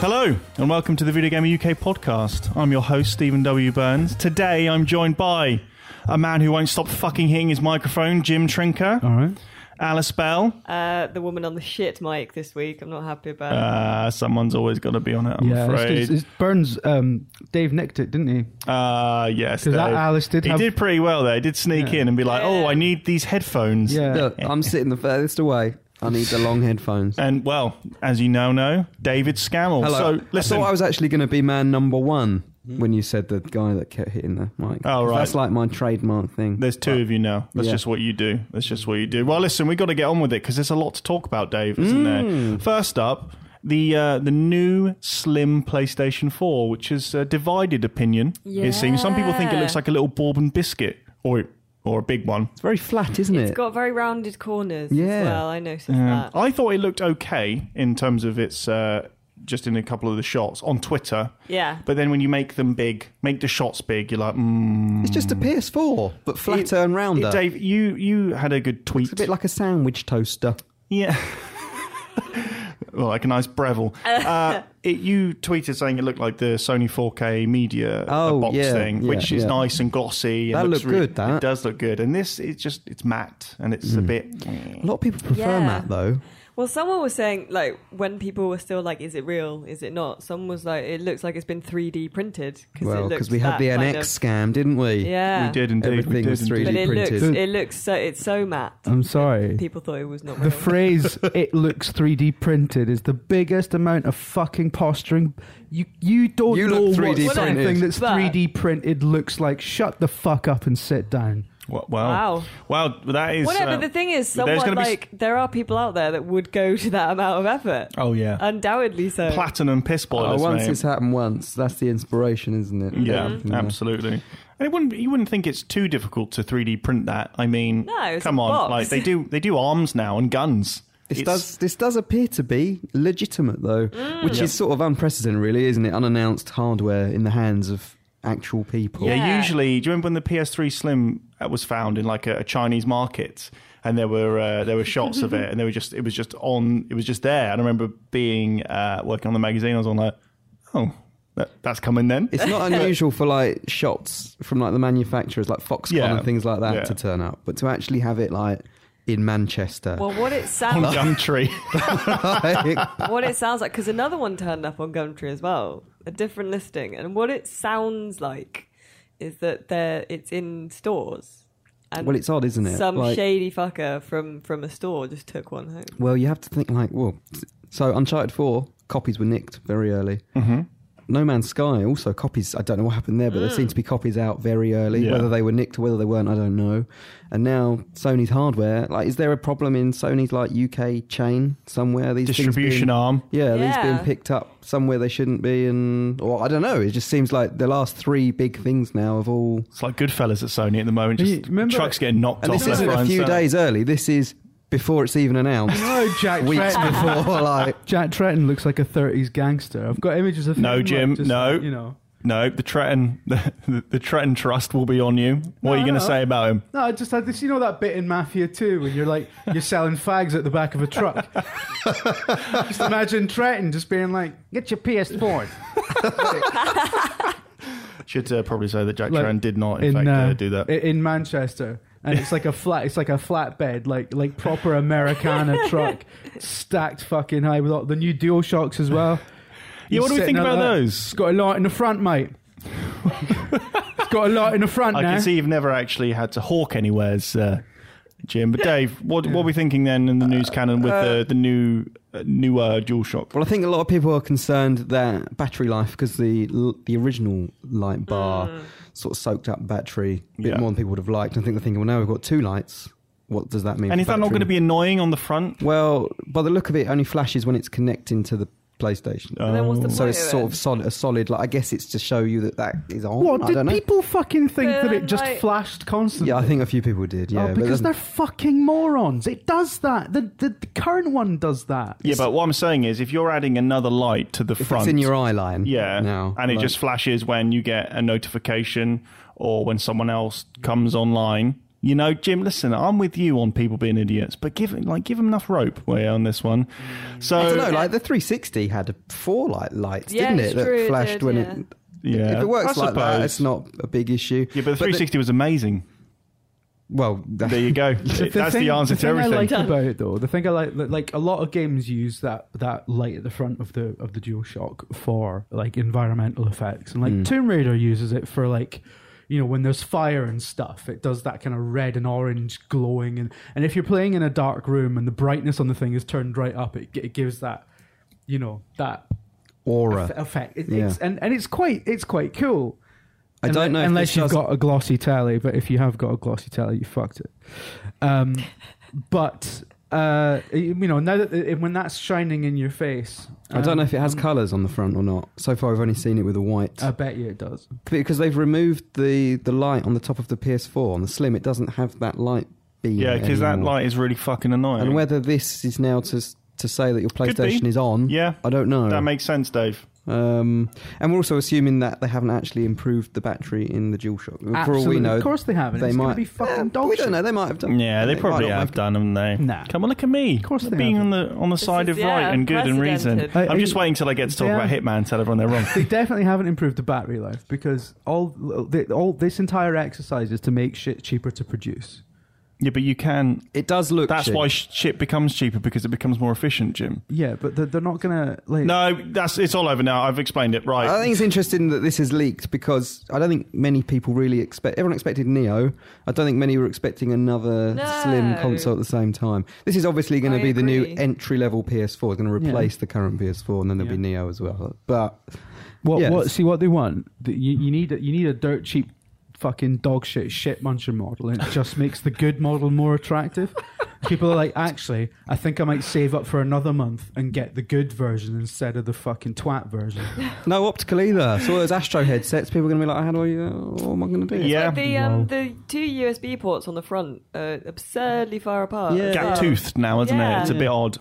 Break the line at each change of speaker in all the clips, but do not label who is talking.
Hello, and welcome to the Video Gamer UK podcast. I'm your host, Stephen W. Burns. Today, I'm joined by a man who won't stop fucking hitting his microphone, Jim Trinker.
All right.
Alice Bell.
Uh, the woman on the shit mic this week. I'm not happy about.
Uh, someone's always got to be on it, I'm
Yeah, it's, 'cause
afraid.
it's Burns. Um, Dave nicked it, didn't he?
uh, yes.
'Cause that
Dave.
Alice did
He
have-
did pretty well there. He did sneak in and be like, oh, I need these headphones.
Yeah.
Look, I'm sitting the furthest away. I need the long headphones.
And, well, as you now know, David Scammell.
Hello.
Uh, So, listen.
I thought I was actually going to be man number one
Hmm.
when you said the guy that kept hitting the mic.
Oh,
'Cause
right.
That's like my trademark thing.
There's two of you now. That's
Yeah.
just what you do. That's just what you do. Well, listen, we've got to get on with it because there's a lot to talk about, Dave, isn't there?
Mm.
First up, the uh, the new slim PlayStation 4, which is a divided opinion. It seems some people think it
Yeah.
looks like a little bourbon biscuit or or a big one.
It's very flat, isn't
It's
it?
got very rounded corners
Yeah.
as well. I noticed
Um,
Uh.
that.
I thought it looked okay in terms of its uh, just in a couple of the shots on Twitter.
Yeah.
But then when you make them big, make the shots big, you're like, mm.
It's just a PS4, but flatter and rounder.
Dave, you you had a good tweet.
it's a bit like a sandwich toaster.
Yeah. well, like a nice Breville. Uh, it, you tweeted saying it looked like the Sony 4K media uh,
Oh,
box
yeah,
thing,
yeah,
which is
yeah.
nice and glossy. And
That
looks
looked good, that. Mm.
It does look good. And this, it's just, it's matte and it's a bit.
A lot of people prefer
Yeah.
that, though.
Well, someone was saying like when people were still like, "Is it real? Is it not?" Someone was like, "It looks like it's been 3D printed." Cause
Well,
because
because we had the NX scam, didn't we?
yeah.
We did indeed.
Everything
we did
was
indeed.
3D
But it
printed.
looks it looks so it's so matte.
I'm sorry.
People thought it was not real.
The phrase "it looks 3D printed" is the biggest amount of fucking posturing. You you don't
You
know
look
what
3D
something
printed.
that's
But-
3D printed looks like. Shut the fuck up and sit down.
Wow.
Wow.
Wow, that is.
well, no,
uh,
but the thing is,
there's
someone
gonna be s-
like there are people out there that would go to that amount of effort.
Oh, yeah.
undoubtedly so.
Platinum piss
Oh,
boilers.
once
mate.
it's happened once, that's the inspiration, isn't it?
Yeah,
Mm-hmm.
Everything else.
absolutely. And it wouldn't you wouldn't think it's too difficult to 3D print that. I mean,
No, it's
come
a
on,
box.
like they do they do arms now and guns.
This
It's- Mm.
does this does appear to be legitimate though, which is sort of unprecedented, really, isn't it? Unannounced hardware in the hands of actual people.
Yeah,
Yeah.
usually. Do you remember when the PS3 Slim uh, was found in like a, a Chinese market, and there were uh, there were shots of it, and they were just it was just on it was just there. And I remember being uh, working on the magazine. I was on like, oh, that, that's coming then.
It's not unusual for like shots from like the manufacturers, like Foxconn
Yeah.
and things like that,
Yeah.
to turn up, but to actually have it like in Manchester,
well, what it
on
sounds
Gumtree.
what it sounds like because another one turned up on Gumtree as well, a different listing, and what it sounds like is that they're it's in stores. And
Well, it's odd, isn't it?
Some
Like-
shady fucker from from a store just took one home.
Well, you have to think like, well, so Uncharted 4 copies were nicked very early. Mm-hmm. No Man's Sky also copies. I don't know what happened there, but there seemed to be copies out very early.
Mm. Yeah.
Whether they were nicked or whether they weren't, I don't know. And now Sony's hardware. Like, is there a problem in Sony's like UK chain somewhere? These things
Distribution
being-
arm.
Yeah, these
Yeah.
being picked up somewhere they shouldn't be, and or I don't know. It just seems like the last three big things now have all.
It's like Goodfellas at Sony at the moment.
Hey,
Just
remember-
trucks getting knocked
And
off.
this
left,
isn't
right,
a
and
few
centre.
days early. This is before it's even announced.
No, Jack
Weeks
Tretton.
before, like
Jack Tretton looks like a 30s gangster. I've got images of
No,
him, like,
Jim,
just,
no.
You know.
No, the Tretton, the, the Tretton Trust will be on you. What are you
No,
going to
no.
Oh.
say about him?
No, I just had this. You know that bit in Mafia 2 when you're like, you're selling fags at the back of a truck? just imagine Tretton just being like, get your PS4.
Should uh, probably say that Jack
Like,
Tretton did not, in, fact,
uh,
uh, do that.
i- In Manchester. And it's like a flat, it's like a flatbed, like like proper Americana truck, stacked fucking high with all the new Dual Shocks as well.
yeah, what do we think about
It's
those?
got a lot in the front, mate. it's got a lot in the front
I
now.
can see you've never actually had to hawk anywheres, uh, Jim. But Dave, what, what are we thinking then in the news canon with the the new uh, newer DualShock?
Uh, Well, I think a lot of people are concerned that battery life, because the the original light bar
Hmm.
sort of soaked up battery a bit
Yeah.
more than people would have liked. I think they're thinking, well, now we've got two lights. What does that mean?
And
for
is that not
battery?
going to be annoying on the front?
Well, by the look of it, it only flashes when it's connecting to the PlayStation.
Oh.
And then what's the
so
point
it's
of
sort
it?
of solid, a solid. Like I guess it's to show you that that is on.
What
I
did
don't know.
people fucking think
Yeah,
that it just
like-
flashed constantly?
Yeah, I think a few people did. Yeah,
oh,
but
because
then-
they're fucking morons. It does that. The, the, the current one does that.
Yeah, but what I'm saying is, if you're adding another light to the
if
front,
it's in your eye line.
yeah,
now,
and it
like-
just flashes when you get a notification or when someone else comes online. You know, Jim. Listen, I'm with you on people being idiots, but give like give them enough rope way on this one. So
I don't know, like the 360 had four light lights,
Yeah,
didn't
it's
it? That
true, it
flashed
did,
when
yeah.
it.
yeah,
if it works
I
like that,
suppose.
it's not a big issue.
Yeah, but the 360 was amazing.
well,
There you go. That's
thing-
the answer to
thing
everything.
I like about it though, the thing I like, like a lot of games use that that light at the front of the of the DualShock for like environmental effects, and like Tomb Raider uses it for like. You know, when there's fire and stuff, it does that kind of red and orange glowing, and, and if you're playing in a dark room and the brightness on the thing is turned right up, it, g- it gives that, you know, that eff-
aura.
effect. It,
Yeah.
it's, and and it's quite it's quite cool.
I
Unle-
don't know if
unless
this
you've
does-
got a glossy tally, but if you have got a glossy tally, you fucked it. Um, but uh, you know, now that when that's shining in your face,
I don't
um,
know
Uh,
if it has colours on the front or not. So far, I've only seen it with a white.
I bet you it does.
because they've removed the, the light on the top of the PS4. On the Slim, it doesn't have that light beam.
yeah, because that
anymore.
light is really fucking annoying.
And whether this is now to to say that your
Could be.
PlayStation is on,
yeah,
I don't know.
that makes sense, Dave.
um, and we're also assuming that they haven't actually improved the battery in the DualShock. For all
Absolutely.
we know,
of course they haven't.
they
it's
might- Eh,
gonna be fucking dog
we
shit.
don't know. They might have done.
Yeah, they,
might
probably
not
have
make-
done, haven't they?
Nah.
Come on, look at me. Of
course they
being on the
haven't.
on the
This
side
is,
of
yeah,
right and good and reason.
unprecedented.
I-
I'm
I-
just waiting till I get to talk
they
about
are-
Hitman and tell everyone they're wrong.
They definitely haven't improved the battery life because all they, all this entire exercise is to make shit cheaper to produce.
yeah, but you can.
It does look.
That's
cheap.
why sh- shit becomes cheaper because it becomes more efficient, Jim.
Yeah, but they're, they're not gonna like.
No, that's it's all over now. I've explained it right.
I think it's interesting that this is leaked because I don't think many people really expect. Everyone expected Neo. I don't think many were expecting another
No.
slim console at the same time. This is obviously going
I
to be the new
agree.
entry level PS4. It's going to replace
Yeah.
the current PS4, and then there'll be Neo as well. But
What?
Yes.
What? See what they want. The- You, you need a, you need a dirt cheap fucking dog shit shit muncher model, and it just makes the good model more attractive. People are like, actually, I think I might save up for another month and get the good version instead of the fucking twat version.
no optical either. So all those Astro headsets, people are going to be like, "How do I? Uh, what am I going to do?"
Yeah.
Like the um,
Wow.
the two USB ports on the front are absurdly far apart.
Yeah.
as well.
gap toothed now, isn't it?
Yeah.
It's a bit odd.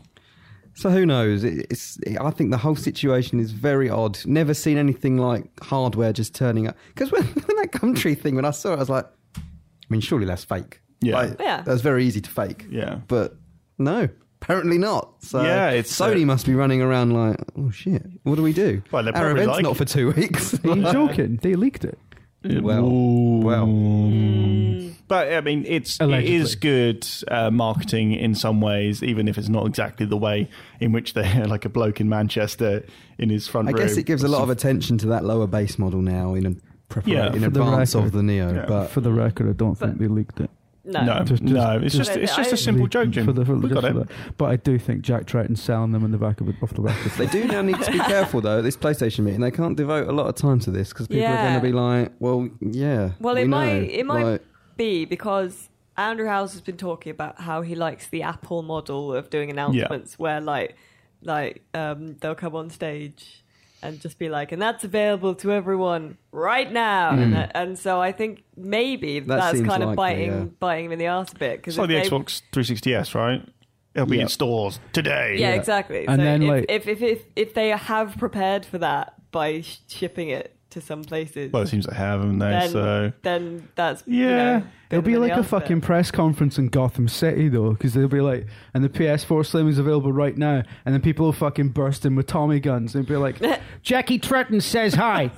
So who knows? It- It's. I think the whole situation is very odd. Never seen anything like hardware just turning up. Because when, when that country thing, when I saw it, I was like, I mean, surely that's fake.
Yeah.
Like,
Yeah.
That's very easy to fake.
Yeah.
But no, apparently not. So
Yeah, it's,
Sony
uh,
must be running around like, oh shit, what do we do?
Well, they're
Our
probably
event's
like
not
it.
for two weeks.
Are you joking? They leaked it.
Well, well.
Mm.
Ooh. but I mean, it's
Allegedly.
it is good uh, marketing in some ways, even if it's not exactly the way in which they like a bloke in Manchester in his front
I
room.
guess it gives a lot of attention to that lower base model now in a prepar-
Yeah,
in
for the
advance of
record.
the Neo.
Yeah.
But
For the record, I don't think they leaked it.
No.
no,
Just- just-
no, it's just
just-
it's just
I-
a simple
They-
joke, Jim.
For the, for,
We
just
got it.
for that. But I do think Jack Tritton selling them in the back of it off the record.
They do now need to be careful though at this PlayStation meeting. They can't devote a lot of time to this because people are
Yeah.
going to be like, "Well, yeah."
Well, it
we
might
know.
it might
Like,
be because Andrew House has been talking about how he likes the Apple model of doing announcements, where like like um, they'll come on stage and just be like, and that's available to everyone right now. And, that- and so I think maybe that's
seems
kind of
likely,
biting
yeah.
biting him in the arse a bit because
It's like the Xbox 360s, right? It'll be
Yeah.
in stores today.
Yeah, exactly.
And
so
then,
if,
like-
if, if if if they have prepared for that by sh- shipping it to some places,
Well, it seems they have, haven't they?
then
so
then that's
Yeah.
You know,
It'll be
then
like
the
a
alphabet.
fucking press conference in Gotham City, though, because they'll be like, and the PS4 Slim is available right now, and then people will fucking burst in with Tommy guns and be like, Jackie Tretton says hi.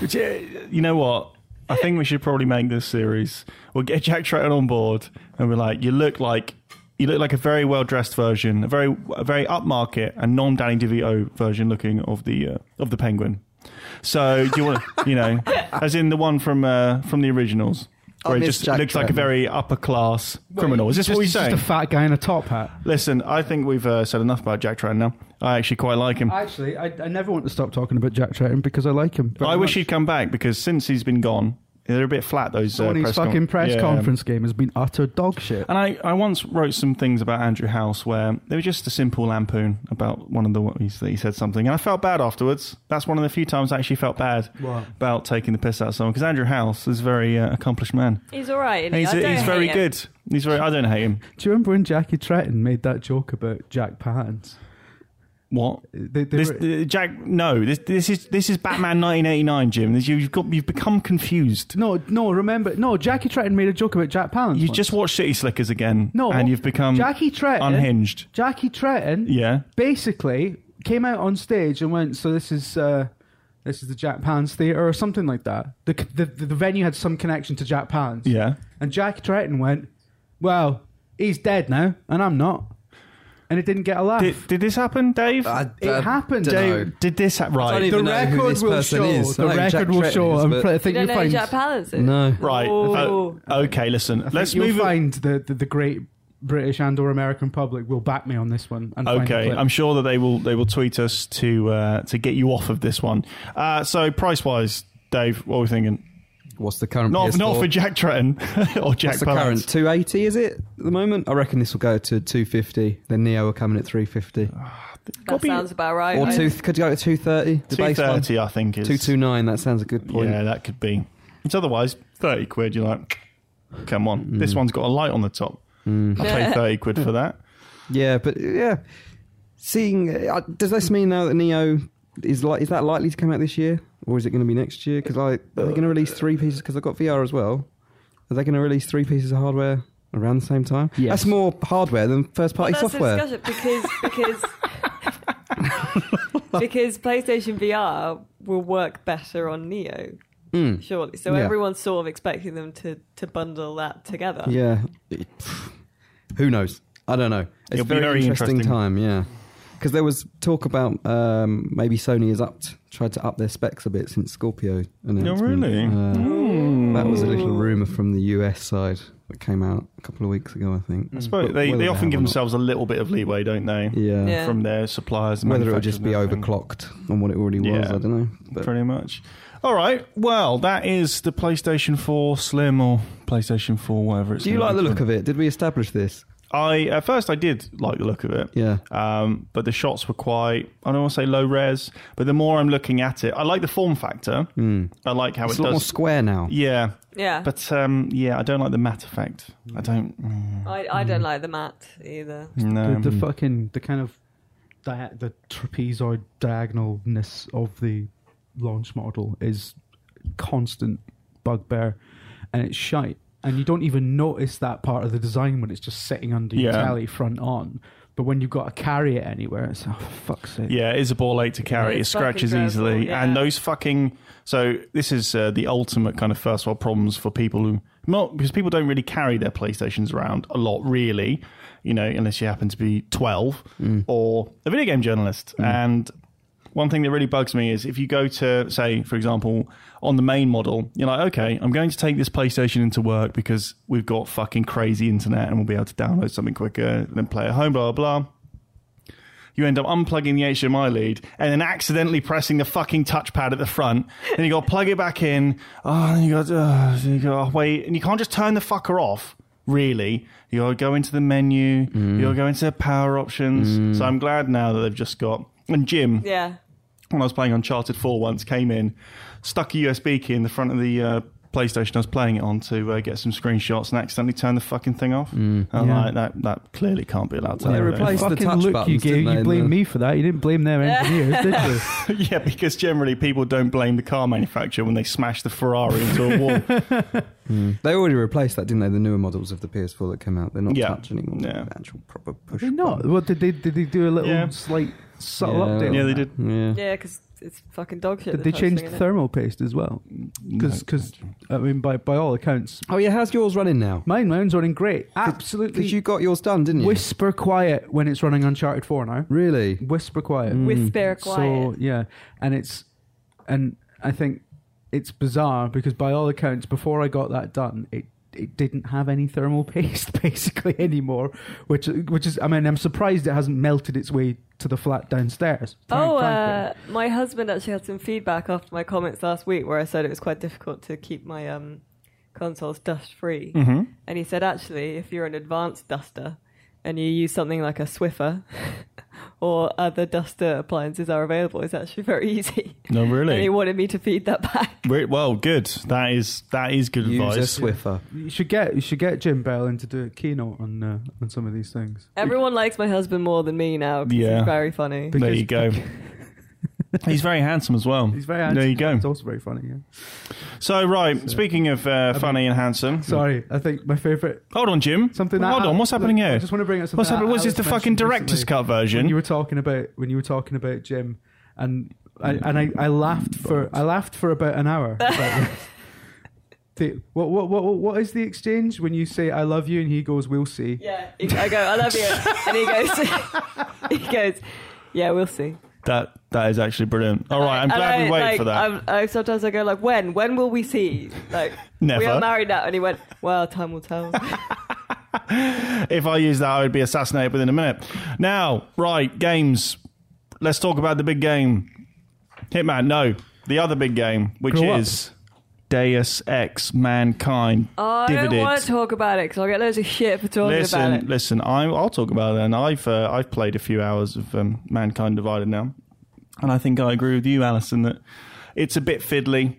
Which, uh, you know what? I think we should probably make this series. We'll get Jack Tretton on board, and we're like, you look like you look like a very well dressed version, a very a very upmarket and non Danny DeVito version looking of the uh, of the Penguin. So do you want you know, as in the one from uh, from the originals,
I
where it
miss
just
Jack
looks like a
Tretton.
very upper class criminal. Is this
just,
what you're
just
saying?
a fat guy in a top hat.
Listen, I think we've uh, said enough about Jack Tretton now. I actually quite like him.
Actually, I, I never want to stop talking about Jack Tretton because I like him. very
I wish
much.
he'd come back because since he's been gone, they're a bit flat. Those uh,
Sony's
press con-
fucking press
Yeah.
conference game has been utter dog shit.
And I, I once wrote some things about Andrew House where they were just a simple lampoon about one of the ways that he said something. And I felt bad afterwards. That's one of the few times I actually felt bad
Wow.
about taking the piss out of someone because Andrew House is a very uh, accomplished man.
He's all right. Isn't he?
He's,
I don't
he's
hate
very
him.
good. He's very. I don't hate him.
Do you remember when Jackie Tretton made that joke about Jack Palance?
What?
They, they
This,
were-
uh, Jack, no. This, this is this is Batman 1989, Jim. This- You've got you've become confused.
no, no, remember. No, Jackie Tretton made a joke about Jack Palance.
You
once.
just watched City Slickers again,
No,
and you've become
Jackie Tretton.
unhinged.
Jackie Tretton
Yeah.
basically came out on stage and went, "So this is uh, this is the Jack Palance Theatre or something like that." The, the the venue had some connection to Jack Palance.
Yeah.
And Jackie Tretton went, "Well, he's dead now, and I'm not." And it didn't get a laugh.
Did, did this happen, Dave?
it happened.
dunno.
Dave, did this happen?
I don't
Right,
even
the
know who
record
this
will
person
show.
is. I
The
know who
record
Jack
will
Tretton
show.
is,
I'm
but-
pre- I
You
think
don't
you'll
know
find.
who Jack Palance is?
No.
right.
Oh.
Oh, okay, listen.
I think
Let's
you'll
move. it.
find the, the the great British and or American public will back me on this one. And find the
Okay,
clip.
I'm sure that they will they will tweet us to uh, to get you off of this one. Uh, so price wise, Dave, what are we thinking?
What's the current?
Not
PS4?
not for Jack Tretton or Jack
What's the
Palance.
current? Two eighty is it at the moment? I reckon this will go to two fifty. Then Neo are coming at three fifty
That
Copy.
sounds about right.
or
I-
two. Could go to two thirty.
Two thirty, I think is
Two two nine. That sounds a good point.
Yeah, that could be. It's otherwise thirty quid. You're like, come on,
Mm.
this one's got a light on the top.
Hmm.
I pay thirty quid for that.
Yeah, but yeah, seeing uh, does this mean now that Neo is like is that likely to come out this year or is it going to be next year? Because like are they going to release three pieces? Because I've got VR as well. Are they going to release three pieces of hardware around the same time?
Yes.
That's more hardware than first party
That's the
software.
discussion because because because PlayStation VR will work better on Neo,
Mm.
surely. So
Yeah.
everyone's sort of expecting them to to bundle that together.
Hmm. Yeah. It- Who knows? I don't know. It's
It'll be
very,
very
interesting,
interesting.
time. Yeah. Because there was talk about um, maybe Sony has upped tried to up their specs a bit since Scorpio.
No,
announcement.
Oh, really.
Uh, That was a little
Ooh.
rumor from the US side that came out a couple of weeks ago, I think.
I suppose they,
Whether
they often
have
give
or not.
themselves a little bit of leeway, don't they?
Mm. Yeah.
Yeah.
From their suppliers, and
Whether it'll just be
manufacturers and everything.
overclocked on what it already was,
Yeah.
I don't know. But
Pretty much. All right. Well, that is the PlayStation 4 Slim or PlayStation 4, whatever it's.
do you like the look of it? Did we establish this?
I at first I did like the look of it.
Yeah.
Um, but the shots were quite. I don't want to say low res, but the more I'm looking at it, I like the form factor.
Mm.
I like how
It's
it
a lot
does.
more square now.
yeah.
Yeah.
But um, yeah, I don't like the matte effect. I don't. mm,
I, I don't like the matte either.
No.
the, the fucking the kind of dia- the trapezoid diagonalness of the launch model is constant bugbear, and it's shite. And you don't even notice that part of the design when it's just sitting under your
Yeah.
telly front on. But when you've got to carry it anywhere, it's oh for fuck's sake.
Yeah, it is a ball eight to carry.
Yeah,
it
it's fucking
scratches
dreadful,
easily,
yeah.
and those fucking. So this is uh, the ultimate kind of first world problems for people who not because people don't really carry their playstations around a lot, really. You know, unless you happen to be twelve or a video game journalist. And one thing that really bugs me is if you go to say, for example, on the main model, you're like, okay, I'm going to take this PlayStation into work because we've got fucking crazy internet and we'll be able to download something quicker and then play at home, blah blah. blah you end up unplugging the HDMI lead and then accidentally pressing the fucking touchpad at the front. Then you got to plug it back in. Oh, then you got uh, then you got to wait, and you can't just turn the fucker off. Really, you got to go into the menu. You got to go into the power options.
Mm.
So I'm glad now that they've just got. And Jim,
Yeah.
when I was playing Uncharted 4 once, came in, stuck a USB key in the front of the uh, PlayStation I was playing it on to uh, get some screenshots and accidentally turned the fucking thing off. I'm
Yeah.
like, that, that clearly can't be allowed to
Mm. Well, they
happen.
replaced- It's the
fucking
touch
look you
buttons,
gave.
didn't they,
You
in
blame
the-
me for that. You didn't blame their engineers, did you?
yeah, because generally people don't blame the car manufacturer when they smash the Ferrari into a wall.
Hmm. They already replaced that, didn't they? The newer models of the PS4 that came out. They're not
Yeah.
touch anymore.
Yeah.
The Actual proper push.
Did not. What did they? Did they do a little
Yeah.
slight subtle
Yeah.
update? on
yeah, they
that?
did.
Yeah.
Yeah, because it's fucking dog shit.
Did
the
they
touch
change
thing,
the
innit?
thermal paste as well? Because, I mean, by, by all accounts,
Oh, yeah. How's yours running now?
mine mine's running great. Absolutely,
Because you got yours done, didn't you?
whisper quiet when it's running Uncharted Four now.
Really?
Whisper quiet.
Mm. Whisper
So
quiet.
yeah, and it's and I think it's bizarre because by all accounts, before I got that done, it. It didn't have any thermal paste basically anymore, which which is I mean I'm surprised it hasn't melted its way to the flat downstairs.
Oh,
frankly.
uh, my husband actually had some feedback after my comments last week where I said it was quite difficult to keep my um, consoles dust free.
Hmm. Mm-hmm.
And he said, actually, if you're an advanced duster and you use something like a Swiffer or other duster appliances are available is actually very easy.
No,
And he
really.
wanted me to feed that back.
Re- Well, good. That is that is good
Use a
advice.
Swiffer.
You should get you should get Jim Bellin to do a keynote on uh, on some of these things.
Everyone likes my husband more than me now 'cause
Yeah.
he's very funny.
There you go. He's very handsome as well.
He's very handsome.
There you
It's
go.
also very funny. Yeah.
So, right. Speaking of uh, funny and handsome,
Sorry, I think my favorite
hold on, Jim.
something. that
Hold on. What's happening
I
here?
just want to bring up something.
What's
that
happening? What's this? The
Alex
fucking
mentioned
director's
recently.
cut
when you
version.
were talking about when you were talking about Jim, and I, and I, I laughed for I laughed for about an hour. about this. The- what, what what what is the exchange when you say I love you and he goes we'll see?
Yeah, he- I go, I love you, and he goes, he goes, yeah, we'll see.
That that is actually brilliant. All right. I'm
And
glad
I,
we waited
like,
for that.
I'm- I, sometimes I go like, when? When will we see? Like, we
Never.
are married now, and he went, well, time will tell.
if I used that, I would be assassinated within a minute. Now, right, games. Let's talk about the big game. Hitman, no. The other big game, which
Grow up.
is Deus Ex Mankind.
Oh, I don't
Divided.
want to talk about it because I'll get loads of shit for talking about
Listen,
it.
listen. I, I'll talk about it. And I've uh, I've played a few hours of um, Mankind Divided now, and I think I agree with you, Alison, that it's a bit fiddly.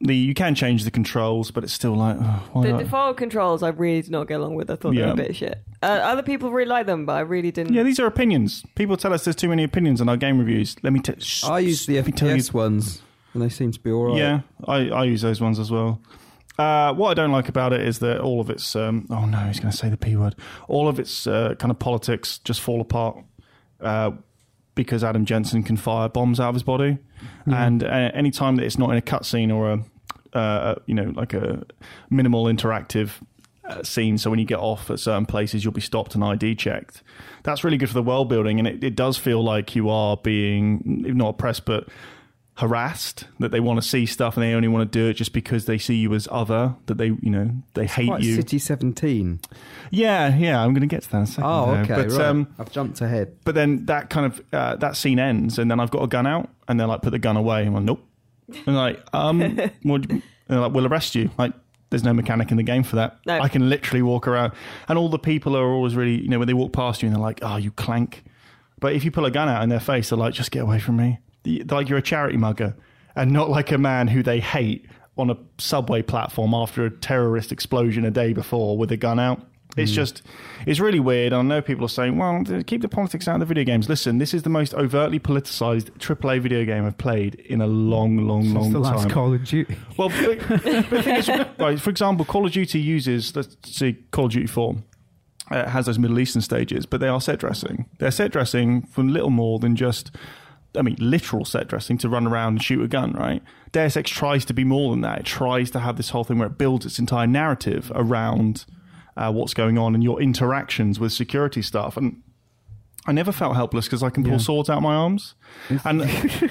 The you can change the controls, but it's still like oh, why
The
not?
default controls I really did not get along with. I thought they
Yeah.
were a bit shit. Uh, other people really like them, but I really didn't.
Hmm.
Yeah, these are opinions. People tell us there's too many opinions in our game reviews. Let me tell. Sh-
I use the
let me tell you-
FPS ones, and they seem to be all right.
Yeah, I, I use those ones as well. Uh, what I don't like about it is that all of its um, oh no, he's going to say the p word. All of its uh, kind of politics just fall apart uh, because Adam Jensen can fire bombs out of his body,
Mm-hmm.
and uh, any time that it's not in a cutscene or a uh, you know like a minimal interactive uh, scene, so when you get off at certain places, you'll be stopped and ID checked. That's really good for the world building, and it, it does feel like you are being not oppressed, but harassed that they want to see stuff and they only want to do it just because they see you as other that they you know they hate
Like
you
City 17.
yeah yeah i'm gonna get to that in a second
Oh,
though.
okay.
but um,
right. I've jumped ahead.
but then that kind of uh, that scene ends and then i've got a gun out and they're like put the gun away and i'm like nope and like um what do you- and they're like we'll arrest you like there's no mechanic in the game for that.
No.
I can literally walk around, and all the people are always really, you know, when they walk past you and they're like, "Oh, you clank," But if you pull a gun out in their face, they're like, just get away from me. You- Like you're a charity mugger and not like a man who they hate on a subway platform after a terrorist explosion a day before with a gun out. It's just, it's really weird. And I know people are saying, well, th- keep the politics out of the video games. Listen, this is the most overtly politicized AAA video game I've played in a long, long, long
It's the
time.
last Call of Duty.
Well, but, but the thing is, right, for example, Call of Duty uses, let's see, Call of Duty 4 uh, has those Middle Eastern stages, but they are set dressing. They're set dressing for little more than just, I mean, literal set dressing to run around and shoot a gun, right? Deus Ex tries to be more than that. It tries to have this whole thing where it builds its entire narrative around uh, what's going on and your interactions with security staff. And I never felt helpless because I can pull swords out my arms, and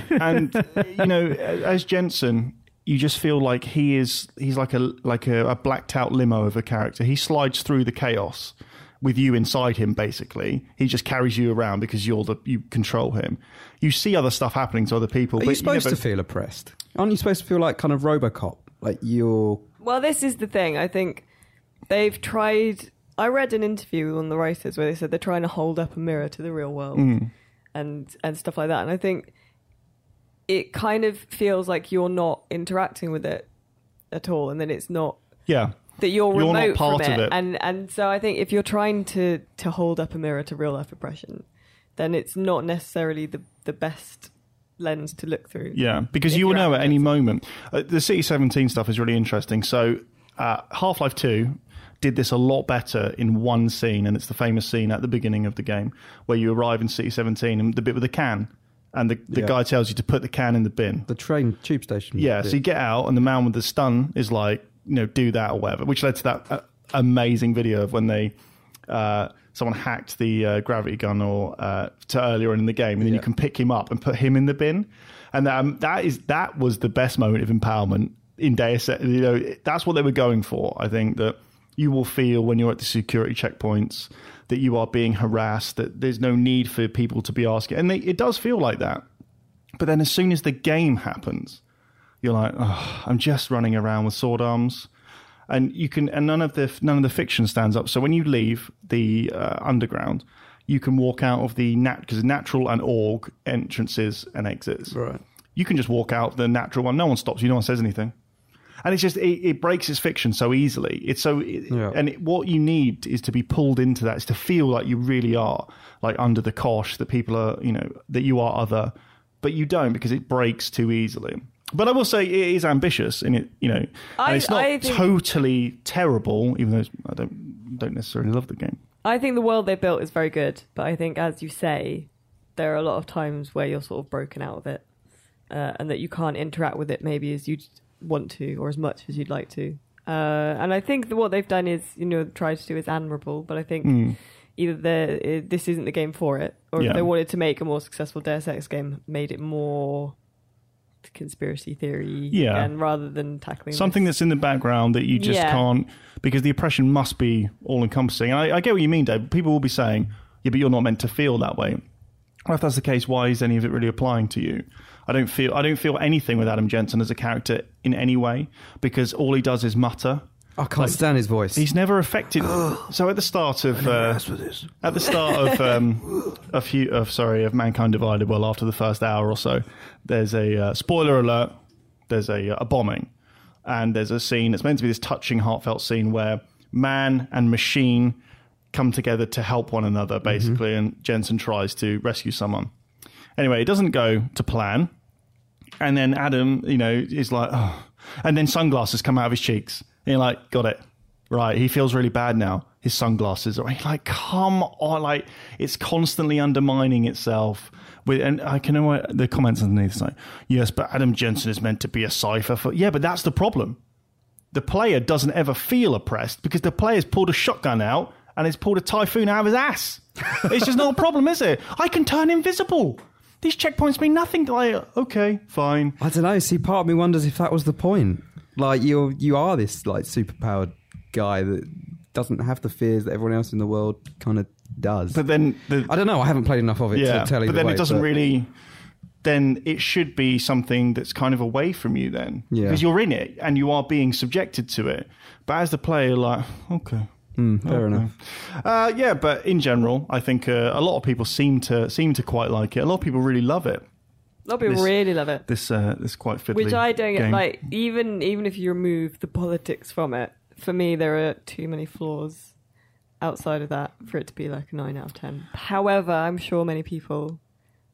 and you know, as Jensen, you just feel like he is he's like a like a, a blacked out limo of a character. He slides through the chaos with you inside him. Basically, he just carries you around because you're the you control him. You see other stuff happening to other people.
Are
but
you supposed
never-
to feel oppressed? Aren't you supposed to feel like kind of Robocop? Like you're.
Well, this is the thing. I think they've tried. I read an interview on the writers where they said they're trying to hold up a mirror to the real world
Mm.
and and stuff like that. And I think it kind of feels like you're not interacting with it at all, and then it's not
Yeah.
that you're,
You're not
remote
part
from
of
it.
it.
And and so I think if you're trying to to hold up a mirror to real life oppression, then it's not necessarily the the best lens to look through.
Yeah, because
If
you will
you're
know
out
at
there,
any
so-
moment. Uh, the City 17 stuff is really interesting. So, uh, Half Life 2 did this a lot better in one scene, and it's the famous scene at the beginning of the game where you arrive in City 17 and the bit with the can, and the, the
Yeah.
guy tells you to put the can in the bin.
The train tube station.
Yeah, so you get out, and the man with the stun is like, you know, do that or whatever, which led to that uh, amazing video of when they. Uh, Someone hacked the uh, gravity gun or uh, to earlier in the game, and then you
Yeah.
can pick him up and put him in the bin, and um, that is that was the best moment of empowerment in Deus. Ex. You know, that's what they were going for. I think that you will feel when you're at the security checkpoints that you are being harassed. That there's no need for people to be asking, and they, it does feel like that. But then as soon as the game happens, you're like, oh, I'm just running around with sword arms. And you can, and none of the none of the fiction stands up. So when you leave the uh, underground, you can walk out of the nat because natural and org entrances and exits.
Right.
You can just walk out the natural one. No one stops you. No one says anything. And it's just it, it breaks its fiction so easily. It's so it-
Yeah.
and it, what you need is to be pulled into that. Is to feel like you really are like under the cosh that people are you know that you are other, but you don't because it breaks too easily. But I will say it is ambitious, and it you know, and
I-
it's not
I think-
totally terrible. Even though it's- I don't don't necessarily love the game.
I think the world they built is very good, but I think, as you say, there are a lot of times where you're sort of broken out of it, uh, and that you can't interact with it maybe as you'd want to or as much as you'd like to. Uh, and I think that what they've done is, you know, tried to do is admirable, but I think either the, uh, this isn't the game for it, or
Hmm. Yeah.
if they wanted to make a more successful Deus Ex game, made it more conspiracy theory,
Yeah.
and rather than tackling
something
this-
that's in the background that you just
Yeah.
can't because the oppression must be all encompassing. And I, I get what you mean, Dave. People will be saying, "Yeah, but you're not meant to feel that way." Well, if that's the case, why is any of it really applying to you? I don't feel I don't feel anything with Adam Jensen as a character in any way because all he does is mutter.
I can't stand his voice.
He's never affected. so at the start of uh, at the start of um, a few of sorry of Mankind Divided, well after the first hour or so, there's a uh, spoiler alert. There's a, a bombing, and there's a scene. It's meant to be this touching, heartfelt scene where man and machine come together to help one another, basically. And Jensen tries to rescue someone. Anyway, it doesn't go to plan. And then Adam, you know, is like, oh. and then sunglasses come out of his cheeks. And you're like, got it. Right. He feels really bad now. His sunglasses are he's like, come on. Like, it's constantly undermining itself. With, and I can know what the comments underneath is like, yes, but Adam Jensen is meant to be a cipher for. Yeah, but that's the problem. The player doesn't ever feel oppressed because the player's pulled a shotgun out and it's pulled a typhoon out of his ass. it's just not a problem, is it? I can turn invisible. These checkpoints mean nothing. Like, okay, fine.
I don't know. See, part of me wonders if that was the point. Like you, you are this like superpowered guy that doesn't have the fears that everyone else in the world kind of does.
But then the,
I don't know. I haven't played enough of it
yeah,
to tell you.
but then
way,
it doesn't
but-
really. Then it should be something that's kind of away from you, then,
Yeah.
because you're in it and you are being subjected to it. But as the player, you're like, okay,
Mm, fair
Oh, Okay.
enough.
Uh, yeah, but in general, I think uh, a lot of people seem to seem to quite like it. A lot of people really love it.
a lot of people
this-
really love it.
This uh, this quite fiddly.
which I don't get.
game.
Like even even if you remove the politics from it, for me there are too many flaws outside of that for it to be like a nine out of ten. However, I'm sure many people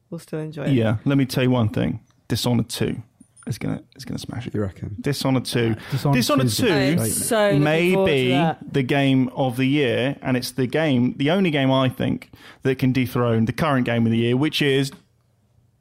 will still enjoy it.
Yeah, let me tell you one thing. Dishonored two is gonna is gonna smash it.
You reckon?
Dishonored two.
Dishonored
Dishonored
2
two.
is
I'm
Right.
so looking
may
forward to
be
that.
the game of the year, and it's the game, the only game I think that can dethrone the current game of the year, which is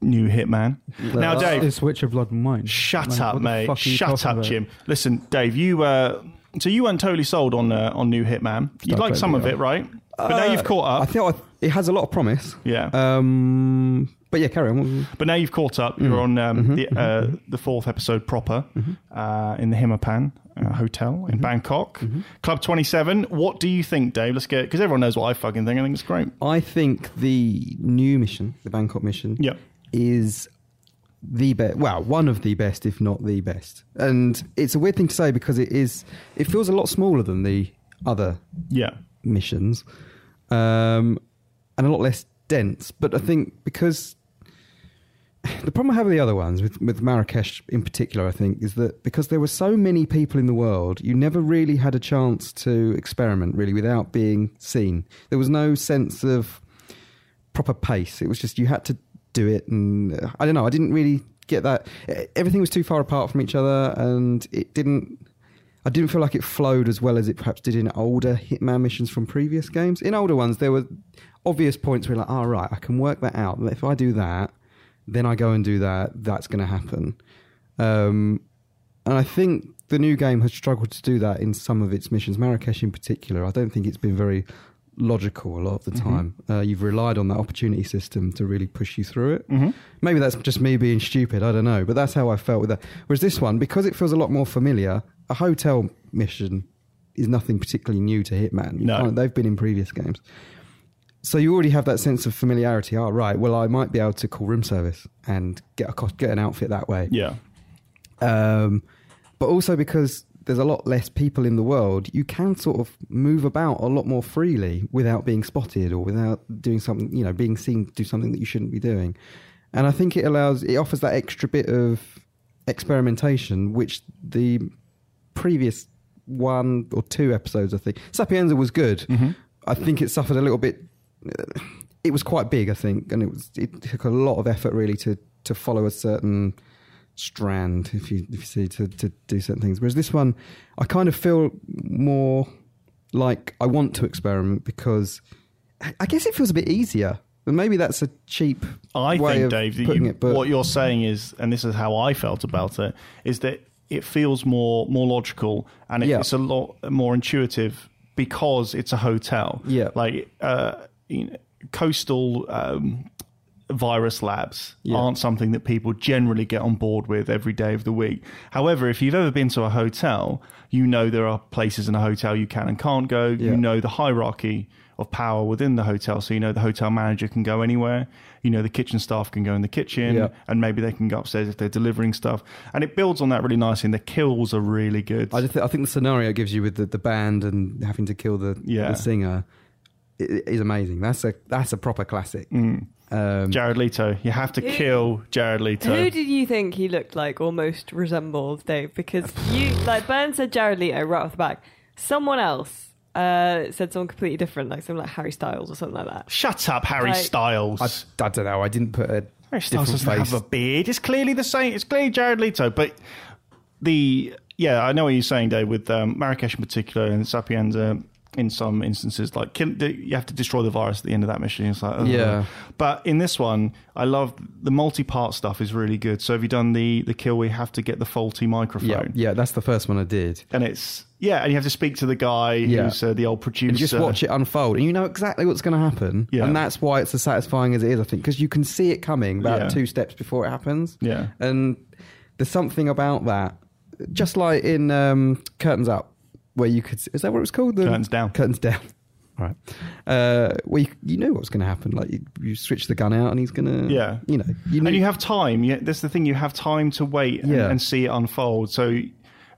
New Hitman. now,
that's-
Dave,
It's Witcher Blood and Wine.
shut
Like,
up,
what the
mate.
fuck are you
Shut
talking
up,
about?
Jim. Listen, Dave, you uh, so you weren't totally sold on uh, on New Hitman. You
Don't
liked
blame
some
me,
of it, right? But
Uh,
now you've caught
I
up.
feel I, it has a lot of promise.
yeah,
Um, but yeah, carry on.
but now you've caught up. You're
Mm-hmm.
on um, the uh, the fourth episode proper uh, in the Himapan uh, Hotel in
Mm-hmm.
Bangkok, Club Twenty Seven. What do you think, Dave? Let's get because everyone knows what I fucking think. I think it's great.
I think the new mission, the Bangkok mission,
Yep.
is the best. Well, one of the best, if not the best. And it's a weird thing to say because it is. It feels a lot smaller than the other
Yeah.
missions, um, and a lot less dense. But I think because the problem I have with the other ones, with, with Marrakesh in particular, I think, is that because there were so many people in the world, you never really had a chance to experiment really without being seen. There was no sense of proper pace. It was just you had to do it, and uh, I don't know. I didn't really get that. E- Everything was too far apart from each other, and it didn't. I didn't feel like it flowed as well as it perhaps did in older Hitman missions from previous games. In older ones, there were obvious points where, like, all right, I can work that out. If I do that, then I go and do that. That's going to happen. Um, and I think the new game has struggled to do that in some of its missions. Marrakesh, in particular, I don't think it's been very logical a lot of the time. Uh, you've relied on that opportunity system to really push you through it. Maybe that's just me being stupid. I don't know, but that's how I felt with that. Whereas this one, because it feels a lot more familiar, a hotel mission is nothing particularly new to Hitman. You
No.
can't- they've been in previous games. So you already have that sense of familiarity. Oh, right. Well, I might be able to call room service and get a cost, get an outfit that way
Yeah.
um, but also because there's a lot less people in the world, you can sort of move about a lot more freely without being spotted or without doing something, you know, being seen to do something that you shouldn't be doing. And I think it allows, it offers that extra bit of experimentation, which the previous one or two episodes, I think, Sapienza was good.
Mm-hmm.
I think it suffered a little bit. uh, It was quite big, I think, and it was it took a lot of effort really to to follow a certain strand, if you if you see, to to do certain things. Whereas this one, I kind of feel more like I want to experiment because I- I guess it feels a bit easier. And maybe that's a cheap
I
way
think,
of
Dave, that
putting
you,
it. But
what you're saying is, and this is how I felt about it, is that it feels more more logical and it,
Yeah.
it's a lot more intuitive because it's a hotel.
Yeah.
like uh, you know, coastal. Um, Virus labs
Yeah.
aren't something that people generally get on board with every day of the week. However, if you've ever been to a hotel, you know there are places in a hotel you can and can't go.
Yeah.
You know the hierarchy of power within the hotel. So you know the hotel manager can go anywhere. You know the kitchen staff can go in the kitchen,
Yeah.
and maybe they can go upstairs if they're delivering stuff. And it builds on that really nicely. And the kills are really good.
I, just th- I think the scenario it gives you with the, the band and having to kill the,
Yeah.
the singer i- i- is amazing. That's a that's a proper classic.
Mm.
Um,
Jared Leto, you have to
Who-
kill Jared Leto.
Who did you think he looked like or most resembled, Dave? Because you, like Burn said Jared Leto right off the back. Someone else uh, said someone completely different, like someone like Harry Styles or something like that.
Shut up, Harry
Like-
Styles.
I, I don't know. I didn't put a
Harry Styles
different
doesn't
face.
have a beard. It's clearly the same. It's clearly Jared Leto. But the yeah, I know what you're saying, Dave. With um, Marrakesh in particular and Sapienza, in some instances, like kill, the- you have to destroy the virus at the end of that mission. It's like ugh.
Yeah.
But in this one, I love the multi-part stuff is really good. So have you done the the kill? We have to get the faulty microphone.
yeah, yeah, that's the first one I did.
And it's yeah, and you have to speak to the guy
Yeah.
who's uh, the old producer.
You just watch it unfold, and you know exactly what's going to happen.
Yeah.
And that's why it's as satisfying as it is, I think, because you can see it coming about
Yeah.
two steps before it happens.
Yeah.
And there's something about that, just like in um, Curtains Up, where you could. Is that what it was called? The,
Curtains Down.
Curtains Down. All right. Uh, where you, you knew what was going to happen. Like you, you switch the gun out, and he's going to.
Yeah.
You know. You knew,
and you have time. Yeah, that's the thing. You have time to wait and,
Yeah.
and see it unfold. So,